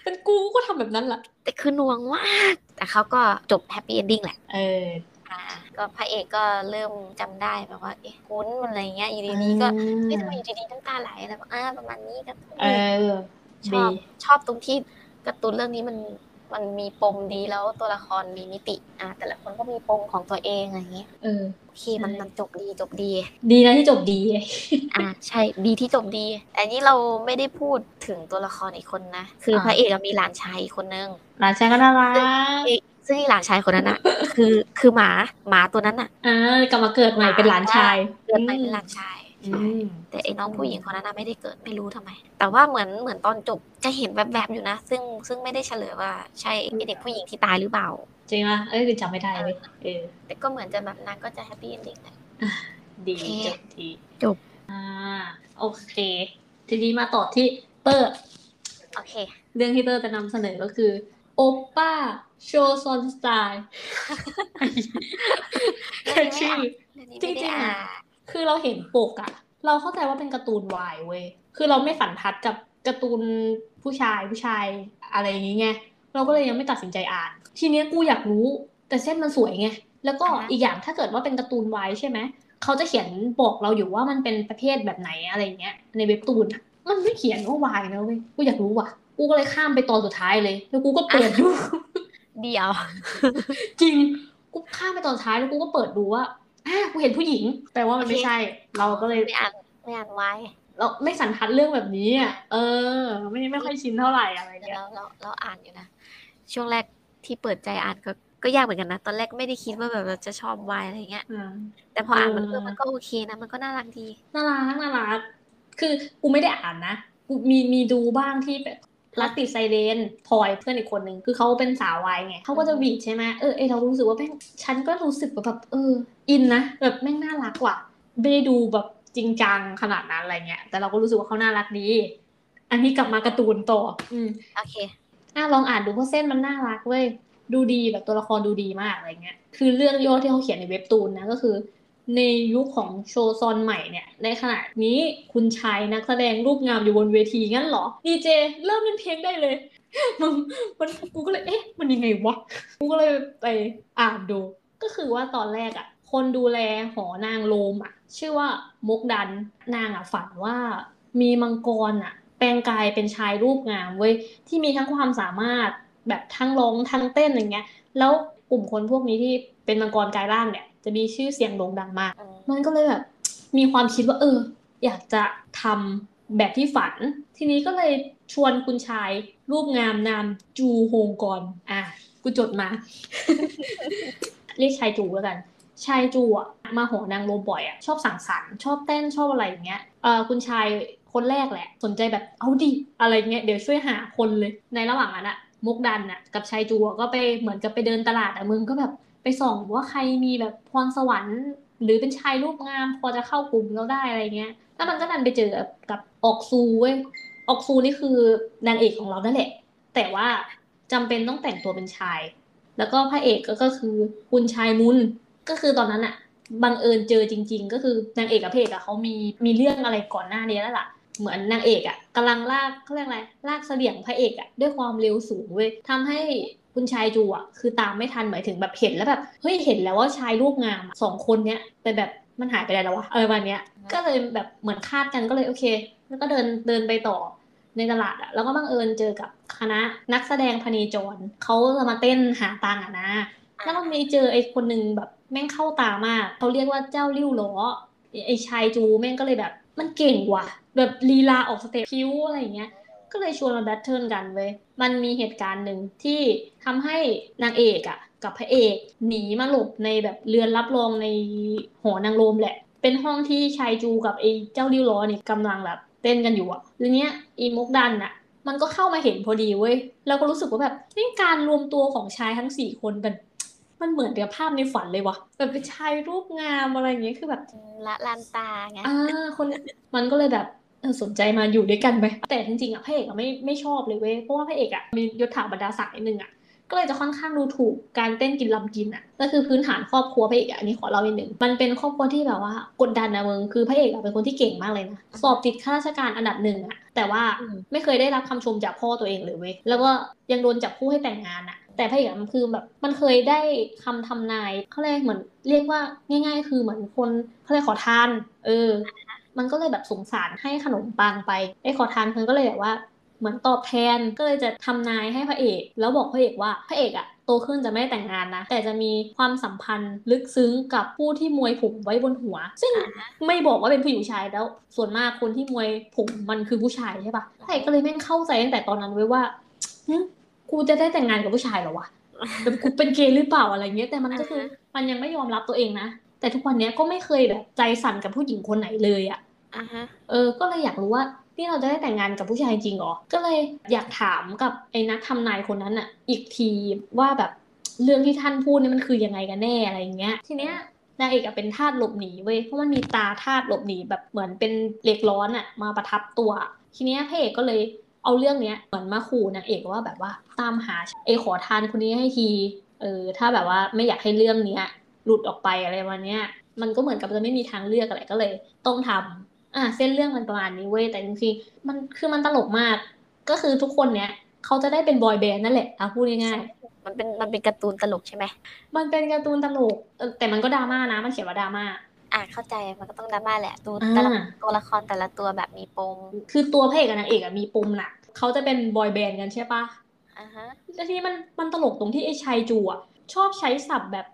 เป็นกูกูก็ทำแบบนั้นล่ะ แต่คือหน่วงมาก แต่เขาก็จบแฮปปี้เอนดิ้งแหละ เออ อ่าก็พระเอกก็เริ่มจำได้แบบว่า เอ๊ะคุ้นอะไรเงี้ยอยู่ดีๆก็เฮ้ยทำไมอยู่ดีๆน้ำตาไหลอะไรแบบอ่าประมาณนี้การ์ตูน เออ ช ดี อบชอบตรงที่การ์ตูนเรื่องนี้มันมันมีปมดีแล้วตัวละครมีมิติ อ่า แต่ละคนก็มีปมของตัวเองอะไรเงี้ย เออ โอเคมัน ใช่ มันจบดีจบดี ดีนะที่จบดี อ่าใช่ดีที่จบดี แต่อันนี้เราไม่ได้พูดถึงตัวละครอีกคนนะ คือ อ่า พระเอกอะมีหลานชายอีกคนนึง หลานชายก็น่ารัก ซึ่งไอ้หลานชายคนนั้นอะคือคือหมาหมาตัวนั้นอะ อ่ากลับมาเกิดใหม่เป็นหลานชาย เกิดมาเป็นหลานชาย อื ใช่ ม แต่ไอ้น้อง อืม ผู้หญิงคนนั้นน่ะไม่ได้เกิดไม่รู้ทำไม แต่ว่าเหมือนเหมือนตอนจบจะเห็นแวบๆอยู่นะ ซึ่งซึ่งไม่ได้เฉลยว่าใช่ไอ้เด็กผู้หญิงที่ตายหรือเปล่า จริงปะเอ้ยจำไม่ได้เลยเออ แต่ก็เหมือนจะแบบนางก็จะแฮปปี้เอนดิ้งแหละ ดี โอเค จบดี จบ อ่าโอเค ทีนี้มาต่อที่เตอร์ โอเค เรื่องที่เตอร์จะนำเสนอก็คือ โอป้าโชซอนสไตล์ เรื่ แค่ องนี้ไม่เอาชื่อเรื่องนี้ไม่ จริ ได้ งๆ อ่า อะ น คือเราเห็นปกอะเราเข้าใจว่าเป็นการ์ตูนวายเว้ย คือเราไม่สันทัดกับการ์ตูนผู้ชายผู้ชายอะไรอย่างงี้ไง เราก็เลยยังไม่ตัดสินใจอ่าน ทีเนี้ยกูอยากรู้ แต่เส้นมันสวยไง แล้วก็อีกอย่างถ้าเกิดว่าเป็นการ์ตูนวายใช่ไหม เขาจะเขียนบอกเราอยู่ว่ามันเป็นประเภทแบบไหนอะไรอย่างเงี้ย ในเว็บตูนอะมันไม่เขียนว่าวายนะเว้ย กูอยากรู้ว่ะ กูก็เลยข้ามไปตอนสุดท้ายเลย แล้วกูก็เปิดดู *laughs* เดียว จริง กูข้ามไปตอนท้ายแล้วกูก็เปิดดูว่าอ่ากูเห็นผู้หญิง แปลว่ามันไม่ใช่ เราก็เลย ไม่อ่านไม่อ่านไว้ เราไม่สันทัดเรื่องแบบนี้อ่ะ เออ ไม่ไม่ค่อยชินเท่าไหร่อะไรเงี้ย เราเราเราอ่านอยู่นะ ช่วงแรกที่เปิดใจอ่านก็ก็ยากเหมือนกันนะ ตอนแรกไม่ได้คิดว่าแบบเราจะชอบวายอะไรเงี้ย อ่า แต่พออ่านมัน เออ เออมันก็โอเคนะ มันก็น่ารักดี น่ารักน่ารัก คือกูไม่ได้อ่านนะ กูมีมีดูบ้างที่แบบรัตติดไซเรนพลอยเพื่อนอีกคนนึง คือเขาเป็นสาววายไงเขาก็จะหวีดใช่ไหมเออเออเรารู้สึกว่าแม่งฉันก็รู้สึกว่าแบบเออ อินนะ แบบแม่งน่ารักว่ะไม่ได้ดูแบบจริงจังขนาดนั้นอะไรเงี้ย แต่เราก็รู้สึกว่าเขาน่ารักดี อันนี้กลับมาการ์ตูนต่อ อืม โอเค อ่ะลองอ่านดูเพราะเส้นมันน่ารักเว้ยดูดีแบบตัวละครดูดีมากอะไรเงี้ย คือเรื่องย่อที่เขาเขียนในเว็บตูนนะก็คือ ในยุคของโชซอนใหม่เนี่ย ในขณะนี้คุณชายนักแสดงรูปงามอยู่บนเวทีงั้นเหรอดีเจเริ่มเล่นเพลงได้เลย *laughs* มันมันกูก็เลยเอ๊ะ มันยังไงวะ กูก็เลยไปอ่านดู ก็คือว่าตอนแรกอะ่ะ คนดูแลหอนางโลมอะ่ะ ชื่อว่ามกดันนางอะ่ะฝันว่ามีมังกรอะ่ะ แปลงกายเป็นชายรูปงามเว้ย ที่มีทั้งความสามารถแบบทั้งร้องทั้งเต้นอย่างเงี้ย แล้วกลุ่มคนพวกนี้ที่เป็นมังกรกายร่างเนี่ย จะมีชื่อเสียงโด่งดังมาก อืม มันก็เลยแบบ มีความคิดว่าเออ อยากจะทำแบบที่ฝัน ทีนี้ก็เลยชวนคุณชายรูปงามนามจูโฮงกอนอ่ะกูจดมา *laughs* เรียกชายจูแล้วกัน ชายจูอ่ะมาหอนางโลมบ่อยอ่ะชอบสังสรรค์ชอบเต้นชอบอะไรอย่างเงี้ยเออคุณชายคนแรกแหละ สนใจแบบเอาดิอะไรเงี้ยเดี๋ยวช่วยหาคนเลย ในระหว่างนั้นอ่ะมุกดันอ่ะกับชายจูอะก็ไปเหมือนกับไปเดินตลาดอ่ะมึงก็แบบ ไปส่องว่าใครมีแบบพรสวรรค์ หรือเป็นชายรูปงาม พอจะเข้ากลุ่มเราได้อะไรเงี้ย แล้วมันก็ดันไปเจอกับออกซูเว้ยออกซูนี่คือนางเอกของเรานั่นแหละ แต่ว่าจำเป็นต้องแต่งตัวเป็นชาย แล้วก็พระเอกก็ก็คือคุณชายมุนก็คือตอนนั้นอะบังเอิญเจอจริง ๆ ก็คือนางเอกกับพระเอกอะเขามีมีเรื่องอะไรก่อนหน้านี้แล้วล่ะ เหมือนนางเอกอะ่ะกำลังลากเขาเรียกอะไรลากเสลี่ยงพระเอกอะ่ะด้วยความเร็วสูงเว้ยทำให้คุณชายจูอะ่ะคือตามไม่ทันหมายถึงแบบเห็นแล้วแบบเฮ้ยเห็นแล้วว่าชายรูปงามอะสองคนเนี้ยไปแบบมันหายไปไหนแล้ววะอะไรวันเนี้ยก็เลยแบบเหมือนคาดกันก็เลยโอเค แล้วก็เดินเดินไปต่อในตลาดอะ่ะแล้วก็บังเอิญเจอกับคณะนักแสดงพเนจรเขาจะมาเต้นหาตังค์อ่ะนะ แล้วมันมีเจอไอ้คนหนึ่งแบบแม่งเข้าตามากเขาเรียกว่าเจ้าริ้วล้อไอ้ไอ้ชายจูแม่งก็เลยแบบ มันเก่งว่ะ แบบลีลาออกสเต็ปคิ้วอะไรอย่างเงี้ย ก็เลยชวนมาแบทเทิลกันเว้ย มันมีเหตุการณ์หนึ่งที่ทำให้นางเอกอะกับพระเอกหนีมาหลบในแบบเรือนรับรองในหอนางโรมแหละ เป็นห้องที่ชายจูกับไอ้เจ้าริ้วล้อเนี่ยกำลังแบบเต้นกันอยู่อะแล้วเนี้ยอีมุกดันอะ มันก็เข้ามาเห็นพอดีเว้ย เราก็รู้สึกว่าแบบนี่การรวมตัวของชายทั้งสี่คนมันมันเหมือนกับภาพในฝันเลยวะ่ะแบบเป็นชายรูปงามอะไรอย่างเงี้ยคือแบบ ละลานตาไง อ่าคนมันก็เลยแบบเออสนใจมาอยู่ด้วยกันไหมแต่จริงๆอ่ะพระเอกอะไม่ไม่ชอบเลยเว้ยเพราะว่าพระเอกอ่ะมียศถาบรรดาศักดิ์นิดนึงอ่ะ ก็เลยจะค่อนข้างดูถูกการเต้นกินลำกินอ่ะก็คือพื้นฐานครอบครัวพระเอกอะอันนี้ขอเล่านิดนึงมันเป็นครอบครัวที่แบบว่ากดดันนะมึงคือพระเอกอะเป็นคนที่เก่งมากเลยนะสอบติดข้าราชการอันดับหนึ่งอ่ะแต่ว่า อืม ไม่เคยได้รับคำชมจากพ่อตัวเองเลยเว้ยแล้วก็ยังโดนจับคู่ให้แต่งงานอ่ะ แต่พระเอกอะมันคือแบบมันเคยได้คำทำนายเขาเลยกเหมือนเรียกว่าง่าย ๆ คือเหมือนคนเขาเลยกขอทาน เออ มันก็เลยแบบสงสารให้ขนมปังไปไอ้ขอทานคนก็เลยแบบว่า เหมือนตอบแทนก็เลยจะทำนายให้พระเอก แล้วบอกพระเอกว่าพระเอกอะโตขึ้นจะไม่ได้แต่งงานนะ แต่จะมีความสัมพันธ์ลึกซึ้งกับผู้ที่มวยผมไว้บนหัว ซึ่งไม่บอกว่าเป็นผู้หญิงหรือผู้ชายแล้ว ส่วนมากคนที่มวยผมมันคือผู้ชายใช่ปะพระเอกก็เลยแม่งเข้าใจตั้งแต่ตอนนั้นไว้ยว่าหึกูจะได้แต่งงานกับผู้ชายเหรอวะแบบกูเป็นเกย์หรือเปล่าอะไรเงี้ยแต่มันก็คือมันยังไม่ยอมรับตัวเองนะ แต่ทุกวันเนี้ยก็ไม่เคยแบบใจสั่นกับผู้หญิงคนไหนเลยอะ อ่าฮะ เออ ก็เลยอยากรู้ว่านี่เราจะได้แต่งงานกับผู้ชายจริงเหรอ ก็เลยอยากถามกับไอ้นักทำนายคนนั้นอ่ะ อีกทีว่าแบบเรื่องที่ท่านพูดเนี่ยมันคือยังไงกันแน่อะไรอย่างเงี้ย ทีเนี้ยนางเอกอะเป็นธาตุหลบหนีเว้ย เพราะมันมีตาธาตุหลบหนีแบบเหมือนเป็นเหล็กร้อนอ่ะมาประทับตัว ทีเนี้ยพระเอกก็เลยเอาเรื่องเนี้ยเหมือนมาขู่นางเอกว่าแบบว่าตามหาไอ้ขอทานคนนี้ให้ที เออ ถ้าแบบว่าไม่อยากให้เรื่องเนี้ย หลุดออกไปอะไรวันเนี้ย มันก็เหมือนกับจะไม่มีทางเลือกอะไรก็เลย ต้องทำ อ่ะเส้นเรื่องมันประมาณนี้เว้ยแต่จริงๆมันคือมันตลกมาก ก็คือทุกคนเนี้ยเขาจะได้เป็นบอยแบนด์นั่นแหละอ่ะพูดง่าย มันเป็นมันเป็นการ์ตูนตลกใช่ไหม ๆมันเป็นการ์ตูนตลกเออแต่มันก็ดราม่านะ มันเขียนว่าดราม่า อ่าเข้าใจมันก็ต้องดราม่าแหละดู อ่า แต่ละตัวละครแต่ละตัวแบบมีปม คือตัวพระเอกกับนางเอกอะมีปมหนักเขาจะเป็นบอยแบนด์กันใช่ปะ อ่าฮะ แล้วทีนี้มันมันตลกตรงที่ไอ้ชายจูอะชอบใช้ศัพท์แบบ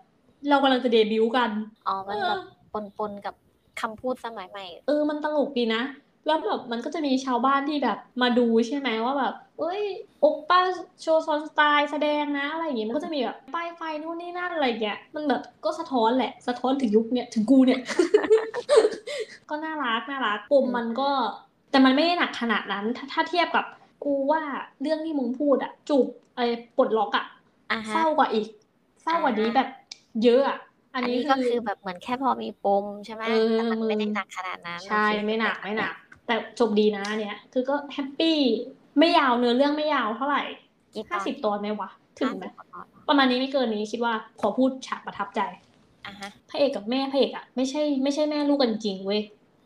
เรากำลังจะเดบิวต์กัน อ๋อมัน เอ แบ อ บปนปนกับคำพูดสมัยใหม่ เออ มันตลกดีนะ แล้วแบบมันก็จะมีชาวบ้านที่แบบมาดูใช่ไหมว่าแบบ เอ้ยโอปป้าโชว์ซอนสไตล์แสดงนะอะไรอย่างงี้ มันก็จะมีแบบป้ายไฟนู่นนี่นั่นอะไรอย่างเงี้ย มันแบบก็สะท้อนแหละ สะท้อนถึงยุคเนี่ย ถึงกูเนี่ย *laughs* ก็น่ารักน่ารักปมมันก็ แต่มันไม่ได้หนักขนาดนั้น ถ้าถ้าเทียบกับกูว่าเรื่องที่มึงพูดอะจูบไอ้ปลดล็อกอะ อ่าฮะ เศร้ากว่าอีก เศร้ากว่านี้ อ่า แบบ เยอะอะอั อั น น นี้ นี้ คื ก็ อ คือแบบเหมือนแค่พอมีปมใช่ไหม เออ แต่มันไม่ได้ มึง หนักขนาดนั้น ใช่ โอเค ไม่หนักไม่หนัก แต่จบดีนะอันเนี่ย คือก็แฮปปี้ไม่ยาวเนื้อเรื่องไม่ยาวเท่าไหร่ กี่ต ห้า อน สิบตอนไหมวะ ถึงไหม ห้าสิบตอน ประมาณนี้ไม่เกินนี้คิดว่าขอพูดฉากประทับใจ อ่าฮะ พระเอกกับแม่พระเอกอะไม่ใช่ไม่ใช่แม่ลูกกันจริงเว้ย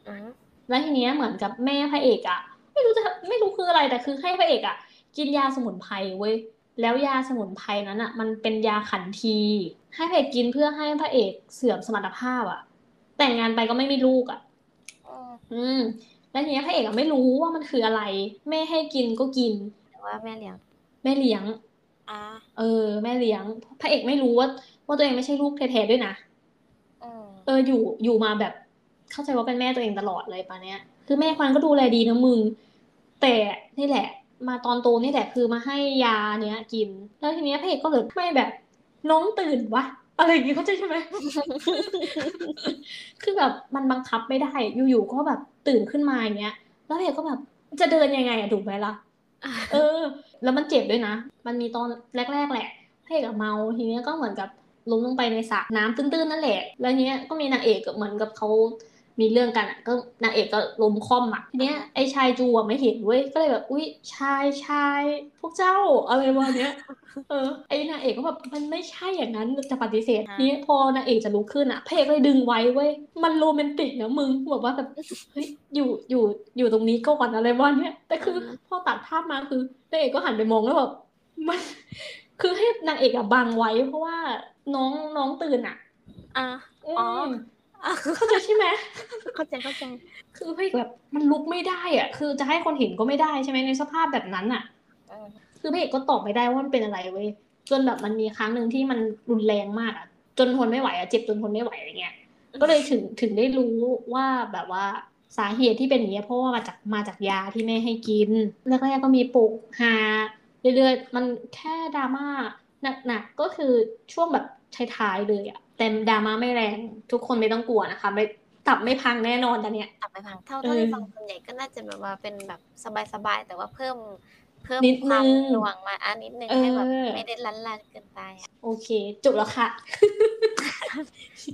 อืม แล้วทีเนี้ยเหมือนกับแม่พระเอกอะไม่รู้จะไม่รู้คืออะไรแต่คือให้พระเอกอะกินยาสมุนไพรเว้ยแล้วยาสมุนไพรนั้นอะมันเป็นยาขันที ให้พระเอกกินเพื่อให้พระเอกเสื่อมสมรรถภาพอะแต่งงานไปก็ไม่มีลูกอะ อืม อืมแล้วทีเนี้ยพระเอกอะไม่รู้ว่ามันคืออะไร แม่ให้กินก็กิน แต่ว่าแม่เลี้ยง แม่เลี้ยง อ่า เออ แม่เลี้ยง พระเอกไม่รู้ว่าว่าตัวเองไม่ใช่ลูกแท้ๆด้วยนะ อืม เอออยู่อยู่มาแบบเข้าใจว่าเป็นแม่ตัวเองตลอดเลยปะเนี้ยคือแม่คนนั้นก็ดูแลดีนะมึง แต่นี่แหละ มาตอนโตนี่แหละคือมาให้ยาเนี้ยกิน แล้วทีเนี้ยพระเอกก็เลยไม่แบบน้องตื่นวะอะไรอย่างงี้เข้าใจใช่ไหม *laughs* คือแบบมันบังคับไม่ได้อยู่ๆก็แบบตื่นขึ้นมาอย่างเงี้ย แล้วพระเอกก็แบบจะเดินยังไงอะถูกไหมล่ะ เออ แล้วมันเจ็บด้วยนะ มันมีตอนแรก ๆ แหละพระเอกอะเมาทีเนี้ยก็เหมือนกับล้มลงไปในสระน้ำตื้นๆนั่นแหละ แล้วทีเนี้ยก็มีนางเอกกับเหมือนกับเขามีเรื่องกันอ่ะก็นางเอกก็ล้มคว่ำอ่ะทีเนี้ยไอ้ชายจูอะไม่เห็นเว้ยก็เลยแบบอุ๊ยชายชายพวกเจ้าอะไรวะเนี้ย เออไอ้นางเอกก็แบบมันไม่ใช่อย่างนั้นจะปฏิเสธนี้พอนางเอกจะลุกขึ้นอ่ะพระเอกก็เลยดึงไว้เว้ยมันโรแมนติกนะมึงแบบว่าแบบเฮ้ยอยู่อยู่อยู่ตรงนี้ก่อนอะไรวะเนี้ยแต่คือพอตัดภาพมาคือนางเอกก็หันไปมองแล้วแบบมันคือให้นางเอกอะบังไว้ เพราะว่าน้องน้องตื่นอ่ะ อ่า อืม อ๋อ เข้าใจใช่ไหม เข้าใจเข้าใจ คือพระเอกแบบมันลุกไม่ได้อ่ะ คือจะให้คนเห็นก็ไม่ได้ใช่ไหมในสภาพแบบนั้นอ่ะ อืม คือพระเอกก็ตอบไม่ได้ว่ามันเป็นอะไรเว้ย จนแบบมันมีครั้งหนึ่งที่มันรุนแรงมากอ่ะ จนทนไม่ไหวอ่ะ เจ็บจนทนไม่ไหวอะไรเงี้ย ก็เลยถึงถึงได้รู้ว่าแบบว่าสาเหตุที่เป็นอย่างเงี้ยเพราะว่ามาจากมาจากยาที่แม่ให้กิน แรกๆก็มีปลุกหาเรื่อยๆ มันแค่ดราม่าหนักๆก็คือช่วงแบบท้ายๆเลยอ่ะ แต่ดราม่าไม่แรง ทุกคนไม่ต้องกลัวนะคะ ไม่ตับไม่พังแน่นอนแต่เนี้ย กลับไปพังเท่า เออ เท่าที่ฟังส่วนใหญ่ก็น่าจะแบบว่าเป็นแบบสบายๆแต่ว่าเพิ่มเพิ่ม นิด ค นึ วาม ง หน่วงมาอ่ะนิดนึง เออ ให้แบบไม่ได้ลันลานเกินไปอ่ะ โอเค จบแล้วค่ะ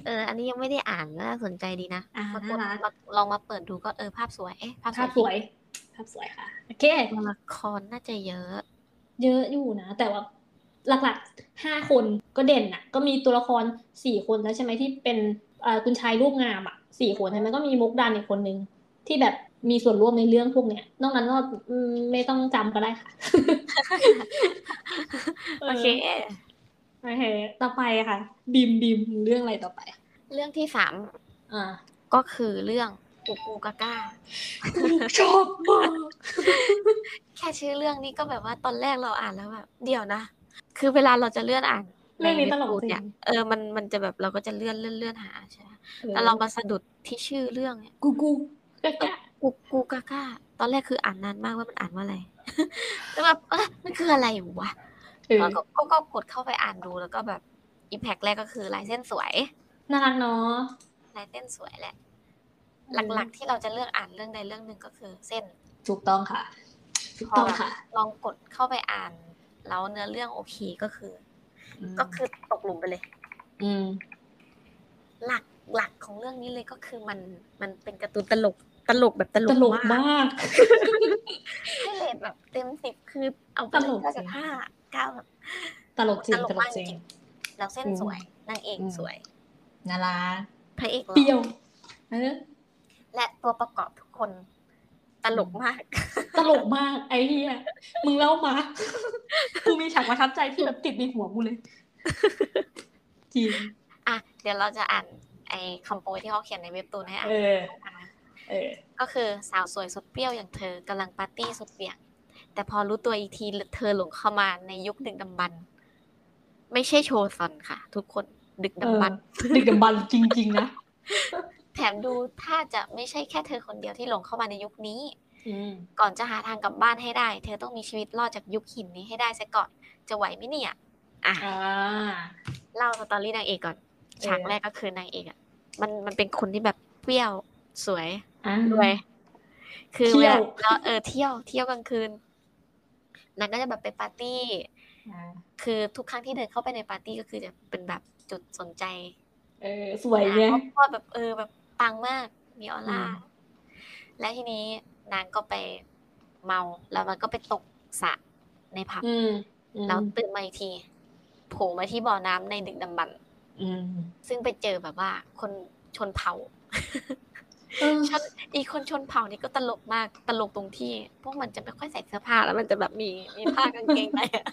เออ อันนี้ยังไม่ได้อ่านน่าสนใจดีนะ อ่า ปราก น่า ฏ รัก มาลองมาเปิดดูก็เออภาพสวยเอ๊ะภาพส ภา วย พสวยภาพสวยค่ะ โอเค ตัวละครน่าจะเยอะ เยอะอยู่นะ แต่ว่า หลักๆห้าคนก็เด่นอ่ะ ก็มีตัวละครสี่คนแล้วใช่ไหมที่เป็นเอ่อคุณชายรูปงามอ่ะสี่คนใช่ไหมก็มีมุกดานอีกคนนึงที่แบบมีส่วนร่วมในเรื่องพวกเนี้ยนอกนั้นก็อืมไม่ต้องจำก็ได้ค่ะ โอเค โอเค ต่อไปค่ะ บิมบิมเรื่องอะไรต่อไป เรื่องที่สาม อ่า ก็คือเรื่องกูกูกาก้า ชอบมาก แค่ชื่อเรื่องนี้ก็แบบว่าตอนแรกเราอ่านแล้วแบบเดี๋ยวนะ คือเวลาเราจะเลื่อนอ่าน เรื่องนี้ตลกจริง เนี่ยเออมันมันจะแบบเราก็จะเลื่อนเลื่อนเลื่อนหาใช่ไหมแต่เรามาสะดุดที่ชื่อเรื่องเนี่ย กูกูก็ก็ กูกูกาก้า ตอนแรกคืออ่านนานมากว่ามันอ่านว่าอะไร *laughs* แล้วแบบเอ๊ะมันคืออะไรวะ เออ ก็ก็ก็ก็กดเข้าไปอ่านดูแล้วก็แบบอิมแพกแรกก็คือลายเส้นสวย น่ารักเนาะ ลายเส้นสวยแหละ หลักๆที่เราจะเลือกอ่านเรื่องใดเรื่องหนึ่งก็คือเส้น ๆถูกต้องค่ะ ถูกต้องค่ะ ลองกดเข้าไปอ่าน แล้วเนื้อเรื่องโอเคก็คือ ก็คือตกหลุมไปเลย อืม หลักหลักของเรื่องนี้เลยก็คือมันมันเป็นการ์ตูนตลกตลกแบบตล ตลก กมาก มาก ให้เลทแบบเต็มสิบคือเอาไป ตลก เก้า จสิริง บห้าเก้าแบบ ตลกจริง ตล มาก จริง แล้วเส้น อืม สวยนางเอก อืม สวย น่ารัก พระเอกหล่อ เปรี้ยวเออ และตัวประกอบทุกคน ตลกมาก ตลกมาก ไอ้เฮียมึงเล่ามากูมีฉากประทับใจที่แบบติดในหัวกูเลย จริง อ่ะเดี๋ยวเราจะอ่านไอ้คำโปยที่เขาเขียนในเว็บตูนให้อ่าน เออ เออ ก็คือสาวสวยสุดเปรี้ยวอย่างเธอกำลังปาร์ตี้สุดเบี่ยง แต่พอรู้ตัวอีกทีเธอหลงเข้ามาในยุคดึกดำบรรพ์ไม่ใช่โชว์ซอนค่ะ ทุกคนดึกดำบรรพ์ ดึกดำบรรพ์จริง ๆ นะ *laughs* แถมดูถ้าจะไม่ใช่แค่เธอคนเดียวที่หลงเข้ามาในยุคนี้ อืม ก่อนจะหาทางกลับบ้านให้ได้ เธอต้องมีชีวิตรอดจากยุคหินนี้ให้ได้ซะก่อน จะไหวไหมเนี่ยอ่ะ อ่า เล่าสตอรี่นางเอกก่อน เออ ฉากแรกก็คือนางเอกอ่ะมันมันเป็นคนที่แบบเปรี้ยวสวย อ่า รวยคือ เที่ เว ยว ลาแล้วเออเที่ยวเที่ยวกลางคืนนางก็จะแบบไปปาร์ตี้ อ่า คือทุกครั้งที่เดินเข้าไปในปาร์ตี้ก็คือจะเป็นแบบจุดสนใจ เออ สวยไง เพราะว่าแบบเออแบบปังมากมีออร่า อืม และทีนี้นางก็ไปเมาแล้วมันก็ไปตกสระในผับ อืมอืม แล้วตื่นมาอีกทีโผล่มาที่บ่อน้ำในดึกดำบรรพ์ อืม ซึ่งไปเจอแบบว่าคนชนเผ่า เออ ชนอีกคนชนเผ่านี่ก็ตลกมากตลกตรงที่ พวกมันจะไม่ค่อยใส่เสื้อผ้าแล้วมันจะแบบมีมีผ้ากางเกงใน *laughs* อะ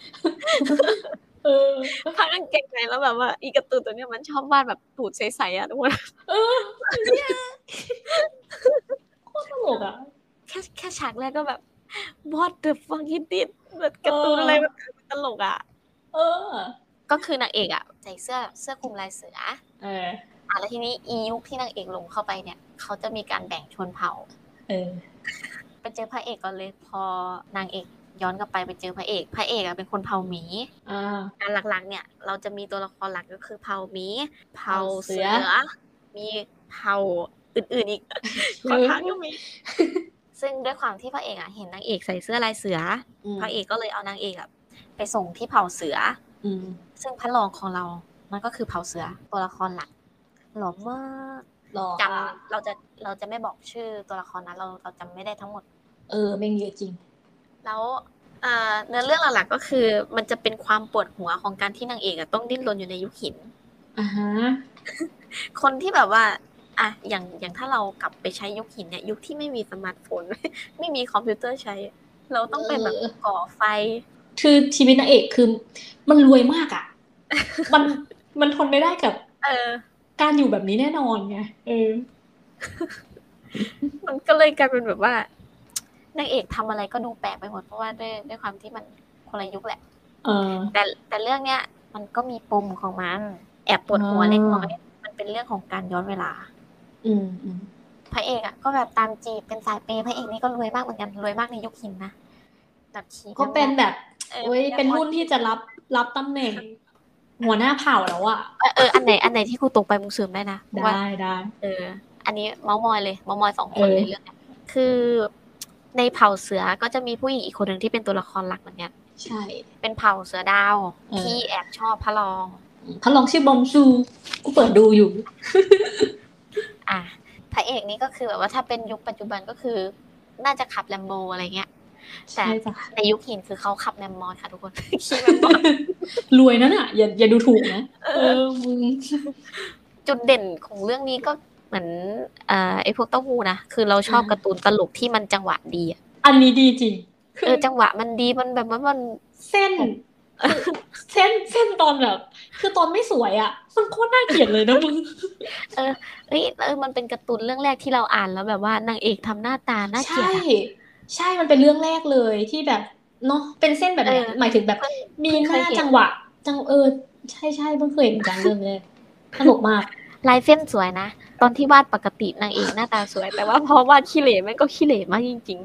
เออ ผ้ากางเกงในแล้วแบบว่าอีการะตูนตัวเนี้ยมันชอบวาดแบบตูดใสๆอะทุกคน เออโคตรตลกอ่ะ แค่แค่ฉากแรกก็แบบ what the fuck is this แบบการ์ตูนอะไรแบบตลกอ่ะ เออ ก็คือนางเอกอ่ะ ใส่เสื้อเสื้อคลุมลายเสืออ่ะ เออ แล้วทีนี้อียุคที่นางเอกหลงเข้าไปเนี่ย เขาจะมีการแบ่งชนเผ่า เออ ไปเจอพระเอกก่อนเลย พอนางเอกย้อนกลับไปไปเจอพระเอก พระเอกอ่ะเป็นคนเผ่าหมี อ่า อันหลักๆ เนี่ย เราจะมีตัวละครหลักก็คือเผ่าหมีเผ่าเสือ เผ่าเสือ มีเผ่าอื่นๆอีกขอทานก็มีซึ่งด้วยความที่พระเอกอ่ะเห็นนางเอกใส่เสื้อลายเสือ ม พระเอกก็เลยเอานางเอกอะไปส่งที่เผาเสือ อืม ซึ่งพระรองของเรา มันก็คือเผาเสือตัวละครหลักหล่อมาก หล่อ จ อ่ะ ำเราจะเราจะไม่บอกชื่อตัวละครนะเราเราจำไม่ได้ทั้งหมด เออแม่งเยอะจริง แล้วเอ่อเนื้อเรื่องหลักๆก็คือ มันจะเป็นความปวดหัวของการที่นางเอกอะต้องดิ้นรนอยู่ในยุคหิน อ่าฮะ คนที่แบบว่าอ่ะอย่างอย่างถ้าเรากลับไปใช้ยุคหินเนี่ยยุคที่ไม่มีสมาร์ทโฟน *laughs* ไม่มีคอมพิวเตอร์ใช้ เราต้องไปแบบ เออ ก่อไฟ คือชีวิตนางเอกคือ มันรวยมาก *laughs* อ่ะ มัน มันทนไม่ได้กับ เออ การอยู่แบบนี้แน่นอนไง เออ มันก็เลยกลายเป็นแบบว่านางเอกทำอะไรก็ดูแปลกไปหมดเพราะว่าด้วยด้วยความที่มันคนละยุคแหละ เออ แต่แต่เรื่องเนี้ยมันก็มีปมของมัน แอบปวดหัว อ๋อ เล็กน้อยมันเป็นเรื่องของการย้อนเวลา อืมอืม พระเอกอ่ะก็แบบตามจีบเป็นสายเปย์พระเอกนี่ก็รวยมากเหมือนกันรวยมากในยุคหินนะแบบขี่ ก็เป็นแบบ ออ โอ้ย เป็นรุ่นที่จะรับ รับตำแหน่ง หัวหน้าเผ่าแล้วอ่ะ เออเอออันไหนอันไหนที่ครูตรงไปมึงเสริมได้นะเพราะว่า ได้ได้ เออ อันนี้เมามอยเลยเมามอยสองคนเลยเรื่องเนี้ยคือในเผ่าเสือก็จะมีผู้หญิงอีกคนหนึ่งที่เป็นตัวละครหลักเหมือนกัน ใช่ เป็นเผ่าเสือดาว เออ ที่แอบชอบพระรอง เขาลองชื่อบอมซูกูเปิดดูอยู่ อ่ะพระเอกนี่ก็คือแบบว่าถ้าเป็นยุคปัจจุบันก็คือ น่าจะขับแลมโบอะไรเงี้ย แต่ ใช่จ้ะ ในยุคหินคือเขาขับแมมมอสค่ะทุกคน *laughs* ขี่แมมมอส *laughs* รวยนะน่ะอย่าอย่าดูถูกนะ เอ เอ อ อมึง จุดเด่นของเรื่องนี้ก็เหมือนเอ่อไอ้พวกเต้าหู้นะ คือเราชอบ อ่า การ์ตูนตลกที่มันจังหวะดีอะ อันนี้ดีจริงคื เออจังหวะมันดีมันแบบว่ามัน เส้น เส้นเส้นตอนแบบ คือตอนไม่สวยอ่ะ มันโคตรน่าเกลียดเลยนะมึง เอ้ยเออมันเป็นการ์ตูนเรื่องแรกที่เราอ่านแล้วแบบว่านางเอกทำหน้าตาน่าเกลียด ใช่ อะ ใช่มันเป็นเรื่องแรกเลยที่แบบเนาะเป็นเส้นแบบเนี้ย เออ หมายถึงแบบ เพิ่ง มีห เพิ่งเค น้าย เห็น จังหวะ จังเออ ใช่ใช่เพิ่งเคยเห็นเหมือนกันเรื่องเลยตลกมาก ลายเส้นสวยนะ ตอนที่วาดปกตินางเอกหน้าตาสวย แต่ว่าพอวาดขี้เหร่แม่งก็ขี้เหร่มากจริง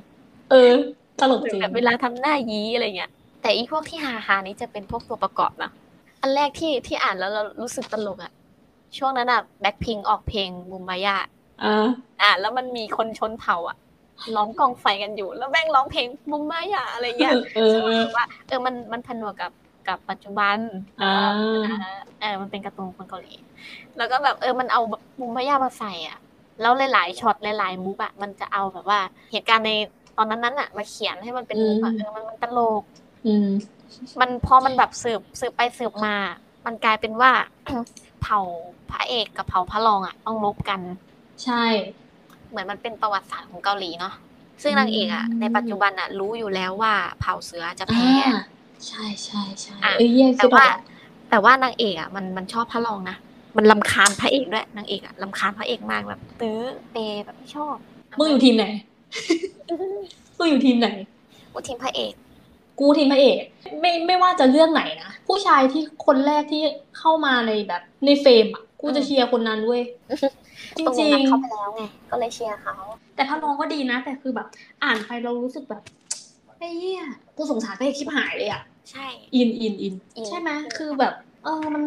เออ ตลกจริ ๆ ง แบบเวลาทำหน้ายี้อะไรเงี้ยแต่อีพวกที่ฮาฮาๆนี่จะเป็นพวกตัวประกอบนะอันแรกที่ที่อ่านแล้วเรารู้สึกตลกอะช่วงนั้นอะแบ็คพิงออกเพลงมุมมายา อ่า อ่ะแล้วมันมีคนชนเผ่าอ่ะล้อมกองไฟกันอยู่ แล้วแม่งร้องเพลงมุมไม้อ่ะอะไร เอ เงี้ย อเออเออ ว่าเออมันมันผนวกกับกับปัจจุบัน อ่า เออมันเป็นการ์ตูนคนเกาหลีแล้วก็แบบเออมันเอามุมไม้อ่ะมาใส่อ่ะแล้วหลายๆช็อตหลายๆมุกอ่ะมันจะเอาแบบว่าเหตุการณ์ในตอนนั้นๆอ่ะมาเขียนให้มันเป็นมุกอ่ะเออมันมันตลก อืม มันพอมันแบบสืบสืบไปสืบมา มันกลายเป็นว่า *coughs* เผ่าพระเอกกับเผ่าพระรองอ่ะต้องลบกัน ใช่ เหมือนมันเป็นประวัติศาสตร์ของเกาหลีเนาะ ซึ่ง อืม นางเอกอะในปัจจุบันอะรู้อยู่แล้วว่าเผ่าเสือจะ อ่า แพ้ ใช่ใช่ใช่ อ่ะ เอ้ยแย่ แต่ว่า คิดออก แต่ว่านางเอกอะมันมันชอบพระรองนะ มันลำคาญพระเอกด้วยนางเอกอะลำคาญพระเอกมากแบบตื้อเปย์แบบไม่ชอบ มึงอยู่ทีมไหนมึงอยู่ทีมไหน อุทินพระเอก กูทีมพระเอกไม่ไม่ว่าจะเรื่องไหนนะผู้ชายที่คนแรกที่เข้ามาในแบบในเฟรมอ่ะกูจะ อืม เชียร์คนนั้นเว้ยจ ตรง ริ นั้ ง นเขาไปแล้วไง ก็เลยเชียร์เขา ๆแต่พระน้องก็ดีนะ แต่คือแบบ อ่านไปเรารู้สึกแบบไอ้เหี้ยกูสงสารพระเอกคลิปหายเลยอ่ะ ใช่ อินอินอิน อิน ใช่ไหมคือแบบเออมัน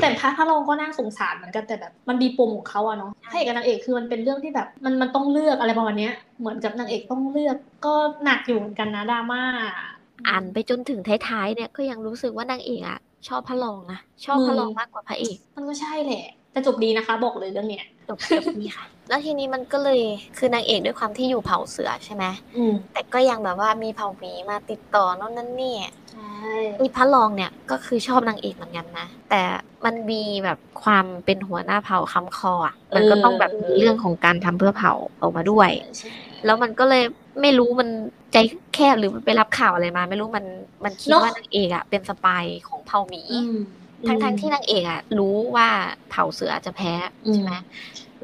แต่พระพระรองก็น่าสงสารเหมือนกันแต่แบบมันมีปมของเขาอะเนาะพระเอกกับนางเอกคือมันเป็นเรื่องที่แบบ มันมันต้องเลือกอะไรประมาณเนี้ยเหมือนกับนางเอกต้องเลือกก็หนักอยู่เหมือนกันนะดราม่า อ่านไปจนถึงท้ายๆเนี่ยก็ยังรู้สึกว่านางเอกอะชอบพระรองนะ ชอบพระรองมากกว่าพระเอก มันก็ใช่แหละ แต่จบดีนะคะ บอกเลยเรื่องเนี้ย จบแบบนี้ค่ะ แล้วทีนี้มันก็เลยคือนางเอกด้วยความที่อยู่เผ่าเสือใช่ไหม อืม แต่ก็ยังแบบว่ามีเผ่าหมีมาติดต่อโน่นนั่นนี่ ใช่ มีพระรองเนี่ยก็คือชอบนางเอกเหมือนกันนะ แต่มันมีแบบความเป็นหัวหน้าเผ่าคำคออ่ะ มันก็ต้องแบบมีเรื่องของการทำเพื่อเผ่าออกมาด้วย แล้วมันก็เลยไม่รู้มันใจแคบหรือมันไปรับข่าวอะไรมา ไม่รู้มันมันคิดว่านางเอกอ่ะเป็นสปายของเผ่าหมี ทั้งๆที่นางเอกอ่ะรู้ว่าเผ่าเสือจะแพ้ใช่ไหม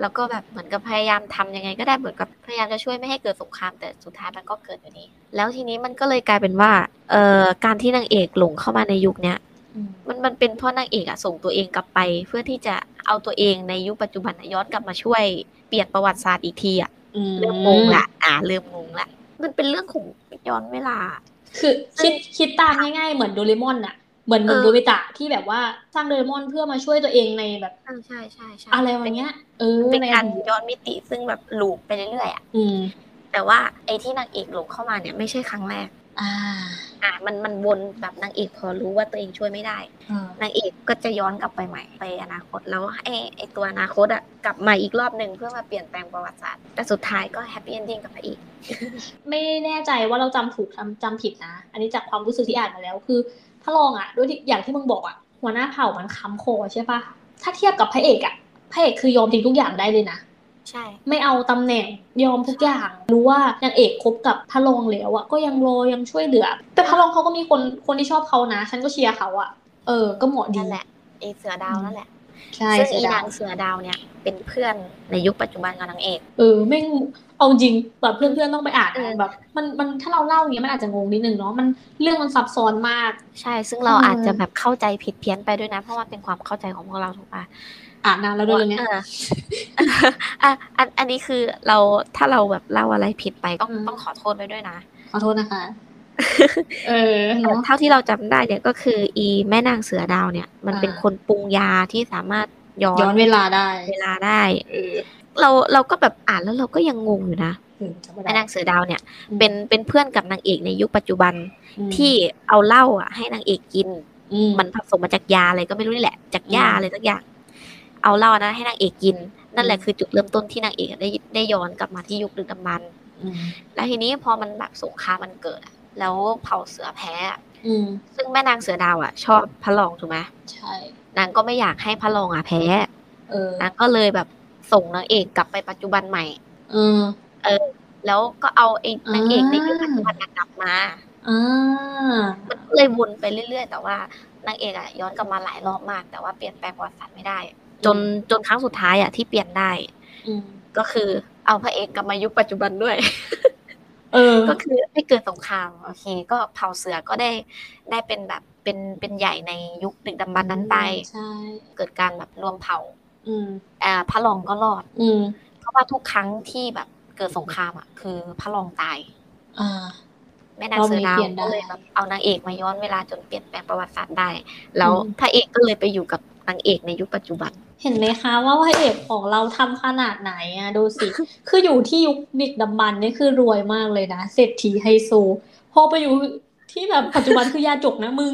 แล้วก็แบบเหมือนกับพยายามทำยังไงก็ได้เหมือนกับพยายามจะช่วยไม่ให้เกิดสงครามแต่สุดท้ายมันก็เกิดอยู่ดีแล้วทีนี้มันก็เลยกลายเป็นว่าเอ่อการที่นางเอกหลงเข้ามาในยุคเนี้ย อืม มันมันเป็นเพราะนางเอกอ่ะส่งตัวเองกลับไป เพื่อที่จะเอาตัวเองในยุคปัจจุบันอะย้อนกลับมาช่วยเปลี่ยนประวัติศาสตร์อีกทีอ่ะ อื เริ่มงงละอ่าเริ่มงงละมันเป็นเรื่องของย้อนเวลา คือคิดคิดตามง่ายๆ เหมือนโดเรมอนอะเหมือนเหมือน เออ โดบิตะที่แบบว่าสร้างโดเรมอนเพื่อมาช่วยตัวเองในแบบ อ่าใช่ใช่ใช่ อะไรวันเนี้ย เออ เป็น ใน การ อดีต ย้อนมิติซึ่งแบบลูปไปเรื่อยๆอ่ะ อืม แต่ว่าไอ้ที่นางเอกหลงเข้ามาเนี่ยไม่ใช่ครั้งแรก อ่า อ่ะมันมันวนแบบนางเอกพอรู้ว่าตัวเองช่วยไม่ได้ เออน างเอกก็จะย้อนกลับไปใหม่ไปอนาคตแล้วไอ้ไอ้ตัวอนาคตอ่ะกลับมาอีกรอบหนึ่งเพื่อมาเปลี่ยนแปลงประวัติศาสตร์ แต่สุดท้ายก็แฮปปี้เอนดิ้งกับพระเอก ไม่แน่ใจว่าเราจำถูกจำจำผิดนะ อันนี้จากความรู้สึกที่อ่านมาแล้วคือพระรองอะด้วยที่อย่างที่มึงบอกอะหัวหน้าเผ่ามันค้ำคอใช่ปะถ้าเทียบกับพระเอกอะพระเอกคือยอมทิ้งทุกอย่างได้เลยนะ ใช่ ไม่เอาตำแหน่งยอมทุกอย่าง รู้ว่านางเอกคบกับพระรองแล้วอะก็ยังรอยังช่วยเหลือ แต่พระรองเขาก็มีคนคนที่ชอบเขานะ ฉันก็เชียร์เขาอะเออ ก็เหมาะดี นั่นแหละไอ้เสือดาวนั่นแหละ ใช่ ซึ่ง เสียดาอีานย งเสือดาวเนี่ยเป็นเพื่อนในยุคปัจจุบันกับนางเอก เออแม่งเอาจริงแบบเพื่อนๆต้องไปอ่าน เออ แบบ มันมันถ้าเราเล่าอย่างเงี้ยมันอาจจะงงนิดนึงเนาะมันเรื่องมันซับซ้อนมาก ใช่ซึ่งเรา เอออ อาจจะแบบเข้าใจผิดเพี้ยนไปด้วยนะเพราะว่าเป็นความเข้าใจของพวกเราถูกปะ อ่านนานแล้วด้วยเรื่องเนี้ย เอออ่ะ *laughs* อันอันนี้คือเราถ้าเราแบบเล่าอะไรผิดไปต้อง อืม ต้องขอโทษไปด้วยนะ ขอโทษนะคะ *laughs* เออ เออ เนาะ เท่าที่เราจำได้เนี่ยก็คือ อีแม่นางเสือดาวเนี่ย มัน อ่า เป็นคนปรุงยาที่สามารถย้อ ย้อน นเวลาได้ เวลาได้ เออ เราเราก็แบบอ่านแล้วเราก็ยังงงอยู่นะ เออจำไม่ แม่ ได้ นางเสือดาวเนี่ย เป็นเป็นเพื่อนกับนางเอกในยุคปัจจุบัน อืม ที่เอาเหล้าอ่ะให้นางเอกกิน อืม มันผสมมาจากยาอะไรก็ไม่รู้นี่แหละ จากยา อืม อะไรสักอย่าง เอาเหล้านะให้นางเอกกิน นั่นแหละ อืม คือจุดเริ่มต้นที่นางเอกได้ได้ย้อนกลับมาที่ยุคดึกดำบรรพ์ อืม แล้วทีนี้พอมันแบบสงครามมันเกิดอะแล้วเผ่าเสือแพ้อะ อืม ซึ่งแม่นางเสือดาวอ่ะ ชอบพระรองถูกไหม ใช่ นางก็ไม่อยากให้พระรองอ่ะแพ้ เออน างก็เลยแบบส่งนางเอกกลับไปปัจจุบันใหม่ เออ แล้วก็เอาไอ้นางเอกใน อ่า ยุคปัจจุบันอะกลับมา อ่า มันก็เลยวนไปเรื่อยๆ แต่ว่านางเอกอ่ะย้อนกลับมาหลายรอบมาก แต่ว่าเปลี่ยนแปลงประวัติศาสตร์ไม่ได้ จนจนครั้งสุดท้ายอ่ะที่เปลี่ยนได้ อืม ก็คือเอาพระเอกกลับมายุคปัจจุบันด้วย *laughs* เออ ก็คือให้เกิดสงครามโอเค ก็เผ่าเสือก็ได้ได้เป็นแบบเป็นเป็นใหญ่ในยุคดึกดำบรรพ์นั้นไป ใช่ เกิดการแบบรวมเผ่า อืม อ่าพระรองก็รอด อืม เพราะว่าทุกครั้งที่แบบเกิดสงครามอ่ะคือพระรองตาย อ่า แม่นางเสือดาวก็เลยแบบเอานางเอกมาย้อนเวลาจนเปลี่ยนแปลงประวัติศาสตร์ได้ แล้ว อืม พระเอกก็เลยไปอยู่กับนางเอกในยุคปัจจุบัน เห็นไหมคะว่าพระเอกของเราทำขนาดไหนอะดูสิ คืออยู่ที่ยุคดึกดำบรรพ์เนี่ยคือรวยมากเลยนะ เศรษฐีไฮโซ พอไปอยู่ที่แบบปัจจุบันคือยาจกนะมึง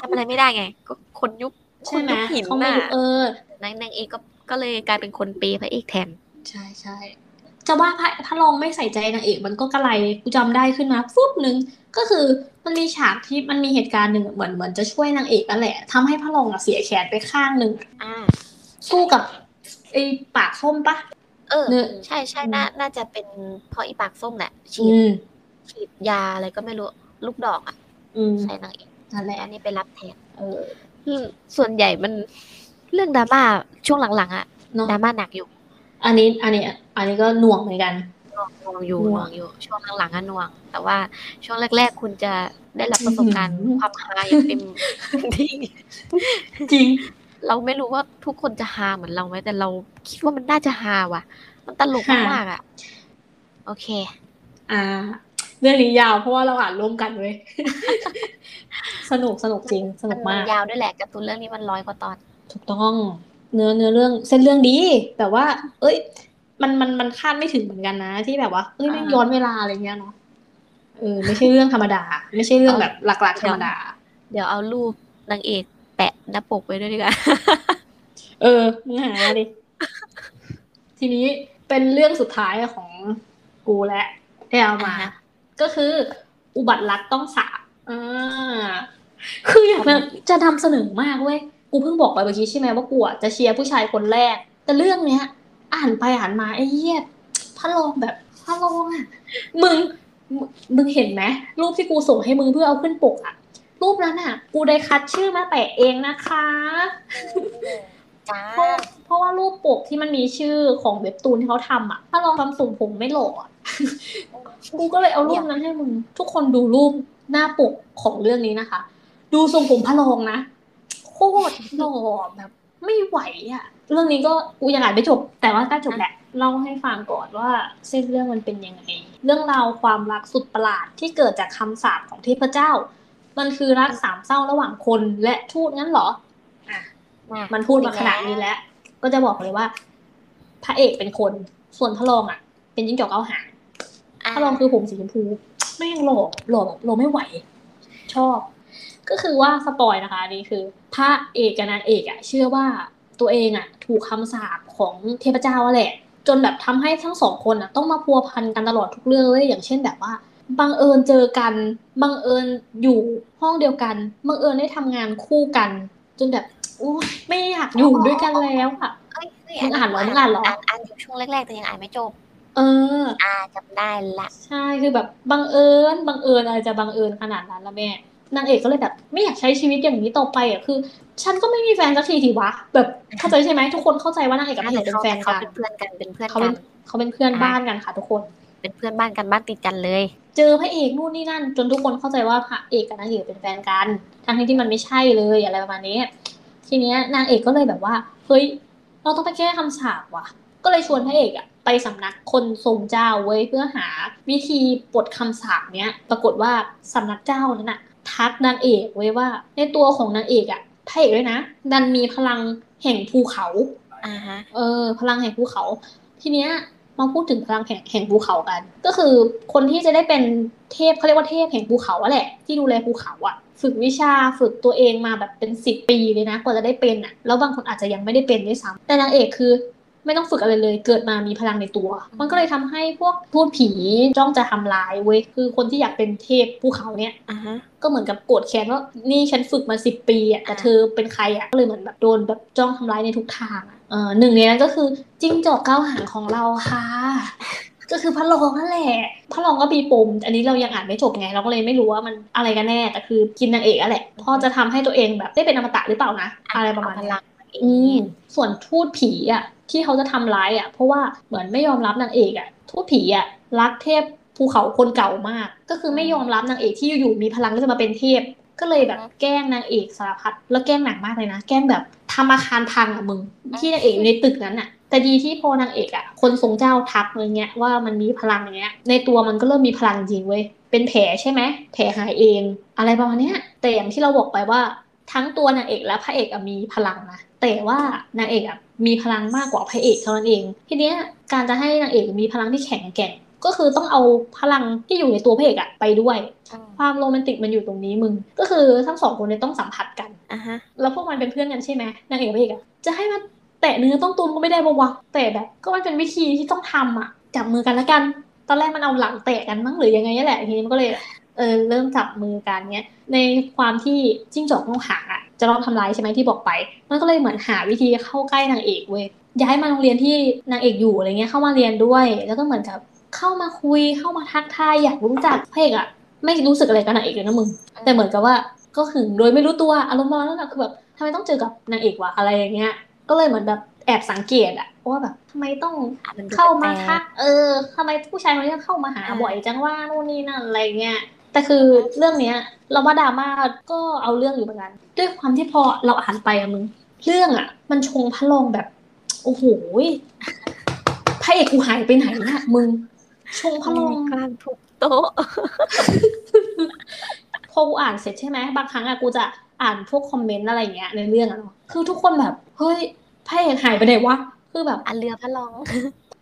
ทำอะไรไม่ได้ไง ก็คนยุคค ใช่ น ไหม ยุคหิน เขาไม่ น่ะ รู้เออ นางนางเอกก็ก็เลยกลายเป็นคนเปย์พระเอกแทน ใช่ใช่จะว่าพระพระรองไม่ใส่ใจนางเอกมันก็กระไรกูจำได้ขึ้นมาฟุบหนึ่งก็คือมันมีฉากที่มันมีเหตุการณ์หนึ่งเหมือนเหมือนจะช่วยนางเอกนั่นแหละทำให้พระรองอะเสียแขนไปข้างหนึ่ง อ่า สู้กับไอ้ปากส้มปะ เออ เนอะ ใช่ใช่ อืม น่าน่าจะเป็นเพราะอีปากส้มแหละฉี อื ด ม ฉีดยาอะไรก็ไม่รู้ลูกดอกอ่ะ อืม ใช่นางเอก นั่นแหละ แล้วนี่ไปรับแทน เออ อืมส่วนใหญ่มันเรื่องดราม่าช่วงหลังๆอ่ะ เนาะ ดราม่าหนักอยู่ อันนี้อันนี้อันนี้ก็หน่วงเหมือนกัน หน่วงอยู่ หน่ ห วง น่วงอยู่ ช่วงหลังๆอ่ะหน่วง แต่ว่าช่วงแรก ๆ คุณจะได้รับประสบการณ์ อื้อหือ ความฮาอย่างเต็ม *laughs* ที่ จริง เราไม่รู้ว่าทุกคนจะฮาเหมือนเราไหมแต่เราคิดว่ามันน่าจะฮาว่ะ มันตลก ค่ะ มากๆอ่ะ โอเค อ่า เรื่องนี้ยาวเพราะว่าเราอ่านร่วมกันเว้ย *laughs* สนุกสนุกจริง สนุก มั มาก นยาวด้วยแหละการ์ตูนเรื่องนี้มันร้อยกว่าตอน ถูกต้องเนื้อเนื้อเรื่องเส้นเรื่องดีแบบว่า เอ้ย มันมันมันคาดไม่ถึงเหมือนกันนะ ที่แบบว่าเอ้ยไม่ง อ่า ย้อนเวลาอะไรเงี้ยเนาะเออ ไม่ใช่เรื่องธรรมดา ไม่ใช่เรื่องแบบหลักๆ เดี๋ ธยรว รมดา เดี๋ยวเอารูปนางเอกแปะหน้าปกไว้ด้วยดีกว่า เออมึงหาดิ ทีนี้เป็นเรื่องสุดท้ายของกูและที่เอามา อ่าฮะ ก็คือ อุบัติรักต้องสาบอ่าคืออยากจะจะนำเสนอมากเว้ย กูเพิ่งบอกไปเมื่อกี้ใช่ไหมว่ากูอะจะเชียร์ผู้ชายคนแรก แต่เรื่องเนี้ย อ่านไปอ่านมาไอ้เหี้ยพระรองแบบพระรองอะมึงมึงมึงเห็นไหมรูปที่กูส่งให้มึงเพื่อเอาขึ้นปกอะรูปนั้นอะกูได้คัดชื่อมาแปะเองนะคะ จ้า เพราะเพราะว่ารูปปกที่มันมีชื่อของเว็บตูนที่เขาทำอ่ะ ถ้าลองทำสุ่มผมไม่โหลอ่ะ *laughs* กูก็เลยเอารูปนั้นให้มึง ทุกคนดูรูปหน้าปกของเรื่องนี้นะคะ ดูทรงผมพระรองนะ โคตรหล่อแบบ ไม่ไหวอ่ะ เรื่องนี้ก็กูยังอ่านไม่จบ แต่ว่าใกล้จบแหละเล่าให้ฟังก่อนว่าเส้นเรื่องมันเป็นยังไง เรื่องราวความรักสุดประหลาดที่เกิดจากคำสาปของเทพเจ้า มันคือรักสามเศร้าระหว่างคนและทูตงั้นเหรอ มา มันพูดมาขนาดนี้แล้ว ก็จะบอกเลยว่า พระเอกเป็นคน ส่วนพระรองอ่ะ เป็นจิ้งจอกเอาหาง ะ พระรองคือผมสีชมพูแม่งหล่อหล่อแบบหล่อไม่ไหว ชอบ ก็คือว่าสปอยนะคะอันนี่คือพระเอกกับนางเอกอ่ะ เชื่อว่าตัวเองอ่ะ ถูกคำสาปของเทพเจ้าอะแหละ จนแบบทำให้ทั้งสองคนอ่ะ ต้องมาพัวพันกันตลอดทุกเรื่องเลยอย่างเช่นแบบว่า บังเอิญเจอกัน บังเอิญอยู่ห้องเดียวกัน บังเอิญได้ทำงานคู่กัน จนแบบโอ้ยไม่อยากอยู่ด้วยกันแล้วอ่ะ เอ้ยเย มึงอ่านเหรอมึงอ่านเหรอ อ่านอ่านอยู่ช่วงแรกๆแต่ยังอ่านไม่จบ เออ อ่าจำได้ละ ใช่คือแบบบังเอิญบังเอิญอะไรจะบังเอิญขนาดนั้นละแม่นางเอกก็เลยแบบ ไม่อยากใช้ชีวิตอย่างนี้ต่อไปอ่ะคือ ฉันก็ไม่มีแฟนสักทีทีวะ แบบเข้าใจใช่ไหมทุกคนเข้าใจว่านางเอกกับนางเอกเป็นแฟน เขา กัน เป็นเพื่อนกันเป็นเพื่อน เขา กั เป็น นเขาเป็นเพื่อน อ่า บ้านกันค่ะ ทุกคน เป็นเพื่อนบ้านกันบ้านติดกันเลย เจอพระเอกนู่นนี่นั่น จนทุกคนเข้าใจว่าพระเอกกับนางเอกเป็นแฟนกัน ทั้งที่มันไม่ใช่เลยอะไรประมาณนี้ ทีเนี้ยนางเอกก็เลยแบบว่าเฮ้ยเราต้องไปแก้คำสาปว่ะ ก็เลยชวนพระเอกอะไปสำนักคนทรงเจ้าเว้ยเพื่อหาวิธีปลดคำสาปเนี้ย ปรากฏว่าสำนักเจ้านั้นอะทักนางเอกไว้ว่า ในตัวของนางเอกอะพระเอกด้วยนะ ดันมีพลังแห่งภูเขา อ่าฮะ เออพลังแห่งภูเขา ทีเนี้ยมาพูดถึงพลังแห่งแห่งภูเขากัน ก็คือคนที่จะได้เป็นเทพเขาเรียกว่าเทพแห่งภูเขาอะแหละ ที่ดูแลภูเขาอะฝึกวิชาฝึกตัวเองมาแบบเป็นสิบปีเลยนะกว่าจะได้เป็นอะแล้วบางคนอาจจะยังไม่ได้เป็นด้วยซ้ำแต่นางเอกคือ ไม่ต้องฝึกอะไรเลย เกิดมามีพลังในตัว มันก็เลยทำให้พวกพูดผีจ้องจะทำร้ายเว้ยคือคนที่อยากเป็นเทพภูเขาเนี่ย อ่าฮะ ก็เหมือนกับโกรธแค้นว่านี่ฉันฝึกมาสิบปีอ่ะแต่ อ่า เธอเป็นใครอ่ะก็เลยเหมือนแบบโดนแบบจ้องทำร้ายในทุกทางอะเออหนึ่งในนั้นก็คือจิ้งจอกเก้าวหางของเราค่ะ ก็คือพระรองนั่นแหละพระรองก็มีปมอันนี้เรายังอ่านไม่จบไงเราก็เลยไม่รู้ว่ามันอะไรกันแน่แต่คือกินนางเอกอะแหละพ่อจะทำให้ตัวเองแบบได้เป็นอมตะหรือเปล่านะอะไรประมาณ เอพ เนี้ย ลัง อืมส่วนทูตผีอ่ะที่เขาจะทำร้ายอ่ะ เพราะว่าเหมือนไม่ยอมรับนางเอกอ่ะทูตผีอ่ะรักเทพภูเขาคนเก่ามาก ก็คือไม่ยอมรับนางเอกที่อยู่ๆมีพลังก็จะมาเป็นเทพ ก็เลยแบบแกล้งนางเอกสารพัดแล้วแกล้งหนักมากเลยนะแกล้งแบบทำอาคารพังอ่ะมึงที่นางเอกอยู่ในตึกนั้นอ่ะ แต่ดีที่พอนางเอกอ่ะคนทรงเจ้าทักอะไรเงี้ยว่ามันมีพลังอย่างเงี้ย ในตัวมันก็เริ่มมีพลังจริงเว้ยเป็นแผลใช่ไหมแผลหายเอง อะไรประมาณเนี้ยแต่อย่างที่เราบอกไปว่า ทั้งตัวนางเอกและพระเอกอะมีพลังนะแต่ว่านางเอกอะมีพลังมากกว่าพระเอกเท่านั้นเอง ทีเนี้ยการจะให้นางเอกมีพลังที่แข็งแกร่ง ก็คือต้องเอาพลังที่อยู่ในตัวพระเอกอะไปด้วย ความโรแมนติกมันอยู่ตรงนี้มึง ก็คือทั้งสองคนเนี่ยต้องสัมผัสกัน อ่าฮะ แล้วพวกมันเป็นเพื่อนกันใช่ไหมนางเอกกับพระเอกอะจะให้มันแตะเนื้อต้องตูมก็ไม่ได้บวะแต่แบบก็มันเป็นวิธีที่ต้องทำอะจับมือกันละกัน ตอนแรกมันเอาหลังแตะกันมั้งหรือยังไงนี่แหละทีนี้มันก็เลยเออเริ่มจับมือกันเนี้ยในความที่จิ้งจอกต้องหางอะจะรอบทำร้ายใช่ไหมที่บอกไป มันก็เลยเหมือนหาวิธีเข้าใกล้นางเอกเว้ยย้ายมาโรงเรียนที่นางเอกอยู่อะไรเงี้ยเข้ามาเรียนด้วย แล้วก็เหมือนกับเข้ามาคุยเข้ามาทักทายอยากรู้จักพระเอกอะไม่รู้สึกอะไรกับนางเอกเลยนะมึง แต่เหมือนกับว่าก็หึงโดยไม่รู้ตัวอารมณ์ประมาณนั้นอะคือแบบทำไมต้องเจอกับนางเอกวะอะไรอย่างเงี้ย ก็เลยเหมือนแบบแอบสังเกตอะว่าแบบทำไมต้องเข้ามาทักเออทำไมผู้ชายคนนี้ต้องเข้ามาหา อ่า บ่อยจังว่านู่นนี่นั่นอะไรเงี้ยแต่คือเรื่องเนี้ย เราว่าดราม่าก็เอาเรื่องอยู่เหมือนกัน ด้วยความที่พอเราอ่านไปอะมึง เรื่องอะมันชงพระลงแบบ โอ้โหยพระเอกกูหายไปไหนอะมึง ชงพระลง กลางถูกโต๊ะ พอกูอ่านเสร็จใช่ไหมบางครั้งอะกูจะอ่านพวกคอมเมนต์อะไรอย่างเงี้ยในเรื่องอะเนาะคือทุกคนแบบ เฮ้ยพระเอกหายไปไหนวะ คือแบบ อันเรือพระรอง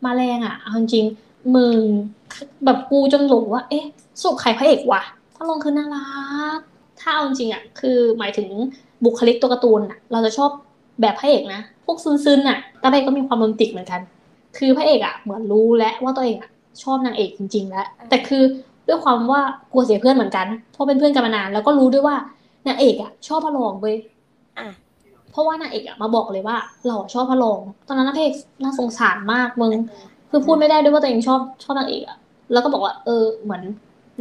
มาแรงอะเอาจริงๆมึงแบบกูจนหลงว่า เอ๊ะสรุขใครพระเอกวะพระลงคือน่ารัก ถ้าเอาจริงอะคือหมายถึงบุคลิกตัวการ์ตูนอะเราจะชอบแบบพระเอกนะ พวกซึนๆอะแต่พระเอกก็มีความโรแมนติกเหมือนกัน คือพระเอกอะเหมือนรู้แล้วว่าตัวเองอะชอบนางเอกจริง ๆ แล้ว แต่คือด้วยความว่ากลัวเสียเพื่อนเหมือนกันเพราะเป็นเพื่อนกันมานาน แล้วก็รู้ด้วยว่านางเอกอะชอบพระรองเว้ย อ่ะ เพราะว่านางเอกอะมาบอกเลยว่า เราอะชอบพระรอง ตอนนั้นนะพระเอกน่าสงสารมากมึง คือพูดไม่ได้ด้วยว่าตัวเองชอบชอบนางเอกอะแล้วก็บอกว่าเออเหมือน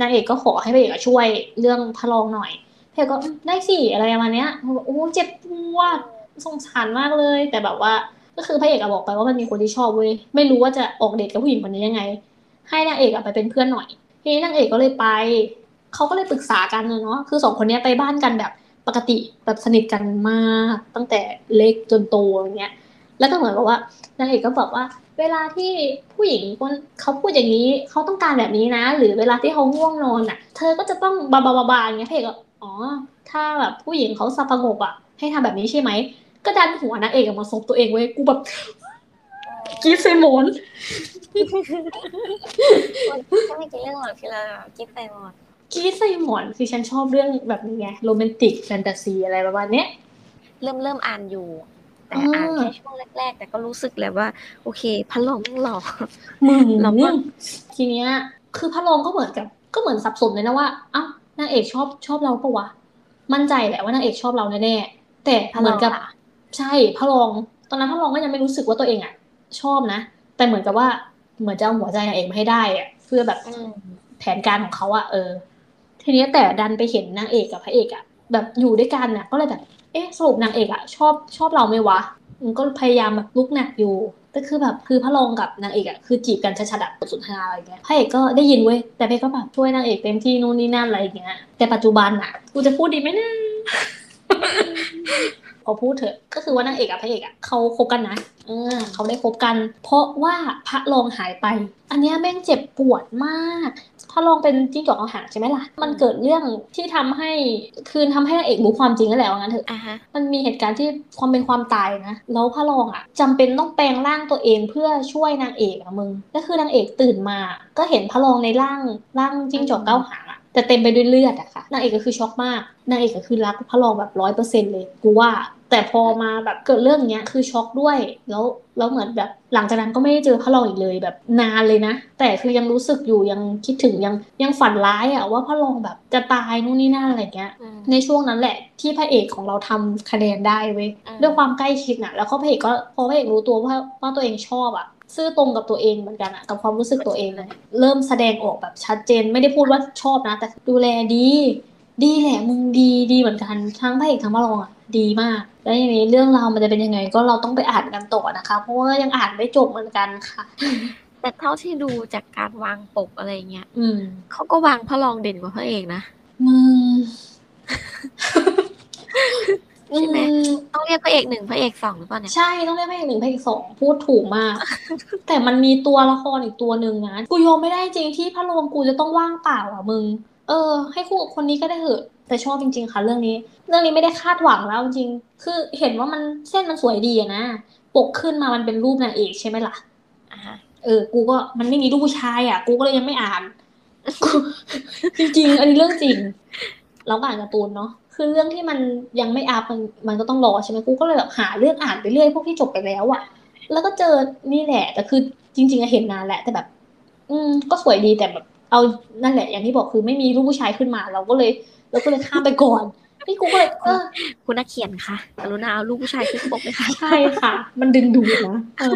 นางเอกก็ขอให้พระเอกอะช่วยเรื่องพระรองหน่อยพระเอกก็อืมได้สิอะไรประมาณเนี้ยมันบอกโอ้เจ็บปวดสงสารมากเลย แต่แบบว่าก็คือพระเอกอะบอกไปว่ามันมีคนที่ชอบเว้ยไม่รู้ว่าจะออกเดทกับผู้หญิงคนนี้ยังไง ให้นางเอกอะไปเป็นเพื่อนหน่อยทีนี้นางเอกก็เลยไปเขาก็เลยปรึกษากันเนาะคือสองคนเนี้ยไปบ้านกันแบบปกติแบบสนิทกันมากตั้งแต่เล็กจนโตอย่างเงี้ย แล้วก็เหมือนกับว่านางเอกก็บอกว่า เวลาที่ผู้หญิงคนเขาพูดอย่างนี้เขาต้องการแบบนี้นะ หรือเวลาที่เขาง่วงนอนอ่ะ เธอก็จะต้องบาบาบาบาอย่างเงี้ยเพกก็อ๋อ ถ้าแบบผู้หญิงเขาสับประงกอ่ะ ให้ทำแบบนี้ใช่ไหม ก็ดันหัวนางเอกอะมาซบตัวเองเว้ยกูแบบ *laughs* กรีดใส่หมอน ก็ไม่กินเรื่องหรอกพี่เรากินไปหมด กรีดใส่หมอนคือฉันชอบเรื่องแบบนี้ไงโรแมนติกแฟนตาซีอะไรประมาณเนี้ย เริ่มเริ่มอ่านอยู่ แต่ อ่า อ่านแค่ช่วงแรก ๆ แต่ก็รู้สึกแหละว่า โอเคพระรองแม่งหล่อ มึง เราก็ ทีเนี้ย คือพระรองก็เหมือนกับ ก็เหมือนสับสนเลยนะว่า เอ้านางเอกชอบชอบเราปะวะ มั่นใจแหละว่านางเอกชอบเราแน่ๆแต่เหมือนกับ ใช่พระรอง ตอนนั้นพระรองก็ยังไม่รู้สึกว่าตัวเองอ่ะ ชอบนะ แต่เหมือนกับว่า เหมือนจะเอาหัวใจนางเอกมาให้ได้อ่ะ เพื่อแบบ อืม แผนการของเขาอะเออ ทีเนี้ยแต่ดันไปเห็นนางเอกกับพระเอกอะแบบอยู่ด้วยกันน่ะ ก็เลยแบบ เอ๊ะสรุปนางเอกอะชอบชอบเราไหมวะมันก็พยายามแบบลุกหนักอยู่แต่คือแบบคือพระรองกับนางเอกอะคือจีบกันชัดๆอะบทสนทนาอะไรเงี้ยพระเอกก็ได้ยินเว้ยแต่พระเอกก็แบบช่วยนางเอกเต็มที่นู่นนี่นั่นอะไรอย่างเงี้ยแต่ปัจจุบันอะกูจะพูดดีไหมนะ *laughs* ขอพูดเถอะก็คือว่านางเอกกับพระเอกอะเขาคบกันนะเออเขาได้คบกัน เพราะว่าพระรองหายไป อันเนี้ยแม่งเจ็บปวดมาก พระรองเป็นจิ้งจอกเอาหางใช่ไหมล่ะ มันเกิดเรื่องที่ทำให้คืนทำให้นางเอกรู้ความจริงนั่นแหละว่างั้นเถอะ อ่ะฮะ มันมีเหตุการณ์ที่ความเป็นความตายนะ แล้วพระรองอ่ะจำเป็นต้องแปลงร่างตัวเองเพื่อช่วยนางเอกอะมึง ก็คือนางเอกตื่นมา ก็เห็นพระรองในร่างร่างจิ้งจอกเก้าหางอ่ะ แต่เต็มไปด้วยเลือดอะค่ะ นางเอกก็คือช็อกมาก นางเอกก็คือรักพระรองแบบร้อยเปอร์เซ็นต์เลย กูว่า แต่พอมาแบบเกิดเรื่องเนี้ยคือช็อกด้วย แล้วแล้วเหมือนแบบหลังจากนั้นก็ไม่ได้เจอพระรองอีกเลยแบบนานเลยนะ แต่คือยังรู้สึกอยู่ยังคิดถึงยังยังฝันร้ายอะว่าพระรองแบบจะตายนู่นนี่นั่นอะไรเงี้ย อืม ในช่วงนั้นแหละที่พระเอกของเราทำคะแนนได้เว้ย อืม ด้วยความใกล้ชิดน่ะ แล้วก็พระเอกก็พอพระเอกรู้ตัวว่าว่าตัวเองชอบอ่ะ ซื่อตรงกับตัวเองเหมือนกันอ่ะกับความรู้สึกตัวเองเลยเริ่มแสดงออกแบบชัดเจนไม่ได้พูดว่าชอบนะ แต่ดูแลดี ดีแหละมึงดีดีเหมือนกันทั้งพระเอกทั้งมารองอ่ะดีมาก แล้วอย่างนี้เรื่องราวมันจะเป็นยังไง ก็เราต้องไปอ่านกันต่อนะคะ เพราะว่ายังอ่านไม่จบเหมือนกันค่ะ แต่เท่าที่ดูจากการวางปกอะไรเงี้ย อืม เขาก็วางพระรองเด่นกว่าพระเอกนะ มึง ใช่ไหม อืม ต้องเรียกพระเอกหนึ่งพระเอกสองหรือเปล่าเนี่ย ใช่ต้องเรียกพระเอกหนึ่งพระเอกสองพูดถูก *laughs* มาก แต่มันมีตัวละครอีกตัวหนึ่งนะกูยอมไม่ได้จริงที่พระโรงกูจะต้องว่างเปล่าอ่ะมึง เออ ให้คู่กับคนนี้ก็ได้เถอะแต่ชอบจริง ๆ ค่ะเรื่องนี้ เรื่องนี้ไม่ได้คาดหวังแล้วจริงคือเห็นว่ามันเส้นมันสวยดีอะนะปกขึ้นมามันเป็นรูปนางเอกใช่ไหมล่ะ อ่าฮะ เออ กูก็มันไม่มีรูปผู้ชายอ่ะ กูก็เลยยังไม่อ่านกู จริงๆ อันนี้เรื่องจริง เราก็อ่านการ์ตูนเนาะ คือเรื่องที่มันยังไม่อัพมันมันก็ต้องรอใช่ไหมกูก็เลยแบบหาเรื่องอ่านไปเรื่อยพวกที่จบไปแล้วอ่ะ แล้วก็เจอนี่แหละ แต่คือจริงๆอะเห็นนานแหละ แต่แบบ อืม ก็สวยดีแต่แบบ เอานั่นแหละ อย่างที่บอกคือไม่มีรูปผู้ชายขึ้นมา เราก็เลยเราก็เลยข้ามไปก่อนนี่กูก็เลยเออ คุณนักเขียนคะกรุณาเอารูปผู้ชายขึ้นปกเลยค่ะ ใช่ค่ะ มันดึงดูดนะเออ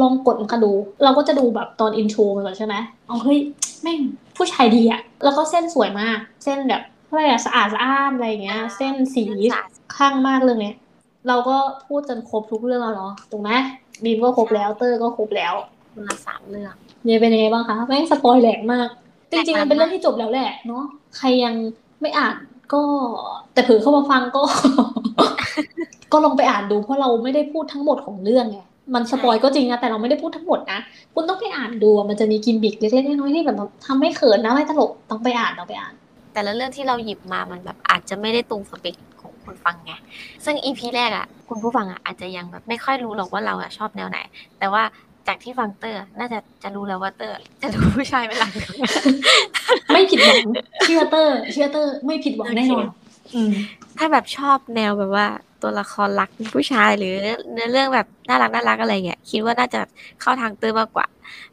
ลองกดมันก็ดู เราก็จะดูแบบตอนอินโทรมันก่อนใช่ไหมอ๋อเฮ้ยแม่งผู้ชายดีอะแล้วก็เส้นสวยมาก เส้นแบบอะไรอะสะอาดสะอ้านอะไรอย่างเงี้ย อ่า เส้นสีข้างมากเรื่องเนี้ย เราก็พูดจนครบทุกเรื่องแล้วเนาะ ถูกไหมบีมก็ครบแล้ว เตอร์ก็ครบแล้ว คุณละสามเรื่อง เนี่ยเป็นยังไงบ้างคะแม่งสปอยแหลกมาก จริง แหลกมาก ๆมันเป็นเรื่องที่จบแล้วแหละเนาะใครยังไม่อ่านก็ แต่เผื่อเข้ามาฟังก็ *laughs* ก็ลองไปอ่านดูเพราะเราไม่ได้พูดทั้งหมดของเรื่องไงมันสปอยก็จริงนะแต่เราไม่ได้พูดทั้งหมดนะคุณต้องไปอ่านดูอะมันจะมีกิมบิกเล็กๆน้อยๆที่แบบทำให้เขินนะไม่ตลกต้องไปอ่านต้องไปอ่าน แต่ละเรื่องที่เราหยิบมามันแบบอาจจะไม่ได้ตรงสเปคของคนฟังไง ซึ่งอีพีแรกอะ่ะ คุณผู้ฟังอะ่ะอาจจะยังแบบไม่ค่อยรู้หรอกว่าเราอะ่ะชอบแนวไหน แต่ว่าจากที่ฟังเตอร์อะน่าจะจะรู้แล้วว่าเตอร์ จะดูผู้ชายเป็นหลัก *laughs* ไม่ผิดหวัง *laughs* เชื่อเตอร์เชื่อเตอร์ไม่ผิดหวังแน่นอนอืม ถ้าแบบชอบแนวแบบว่าตัวละครรักเป็นผู้ชายหรือเนื้อเรื่องแบบน่ารักน่ารักอะไรเงี้ยคิดว่าน่าจะเข้าทางเตอร์มากกว่า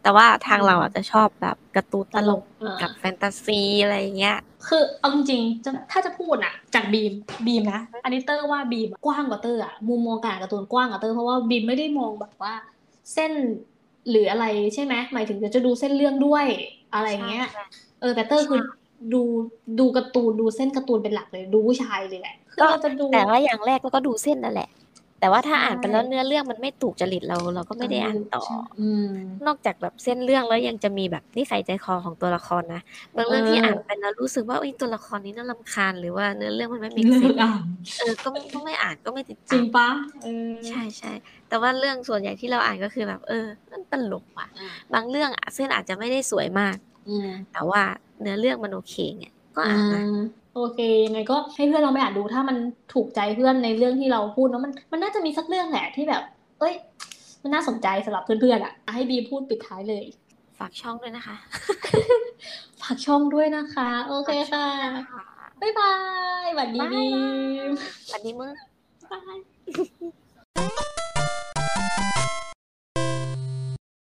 แต่ว่าทางเราอาจจะชอบแบบการ์ตูนตลกกับแฟนตาซีอะไรอย่างเงี้ย คือเอาจริงๆจะถ้าจะพูดอะจากบีมบีมนะอันนี้เตอร์ว่าบีมอะกว้างกว่าเตอร์อะมุมมองการอ่านการ์ตูนกว้างกว่าเตอร์เพราะว่าบีมไม่ได้มองแบบว่า เส้นหรืออะไรใช่ไหมหมายถึงจะดูเส้นเรื่องด้วยอะไรอย่างเงี้ย เออแต่เตอร์คือดูดูการ์ตูนดูเส้นการ์ตูนเป็นหลักเลย ดูผู้ชายเลยแหละคือ ก็ เราจะดู แต่ว่าอย่างแรกเราก็ดูเส้นนั่นแหละ แต่ว่าถ้า ใช่ อ่านไปแล้วเนื้อเรื่องมันไม่ถูกจริตเรา เราก็ไม่ได้อ่านต่อ ใช่อืม นอกจากแบบเส้นเรื่องแล้วยังจะมีแบบนิสัยใจคอของตัวละครนะบางเรื่องที่ เอออ่ อ่านไปแล้วรู้สึกว่าเอ้ยตัวละครนี้น่ารำคาญหรือว่าเนื้อเรื่องมันไม่มี เลิ ซี กอ่าน เออก็ก็ไม่อ่านก็ไม่ติด จริ ตาง ม ปะเออ ใช่ใช่แต่ว่าเรื่องส่วนใหญ่ที่เราอ่านก็คือแบบเออมันตลกว่ะ อ่า บางเรื่องอ่ะเส้นอาจจะไม่ได้สวยมาก อืม แต่ว่าเนื้อเรื่องมันโอเคไงก็อ่านนะ อืมโอเคยังไงก็ให้เพื่อนเราไปอ่านดูถ้ามันถูกใจเพื่อนในเรื่องที่เราพูดเนาะมันมันน่าจะมีสักเรื่องแหละที่แบบ เอ้ย มันน่าสนใจสำหรับเพื่อนๆอ่ะอ่ะให้บีมพูดปิดท้ายเลย ฝากช่องด้วยนะคะ ฝากช่องด้วยนะคะ โอเคค่ะบ๊ายบายสวัสดีบีม สวัสดีมึงบาย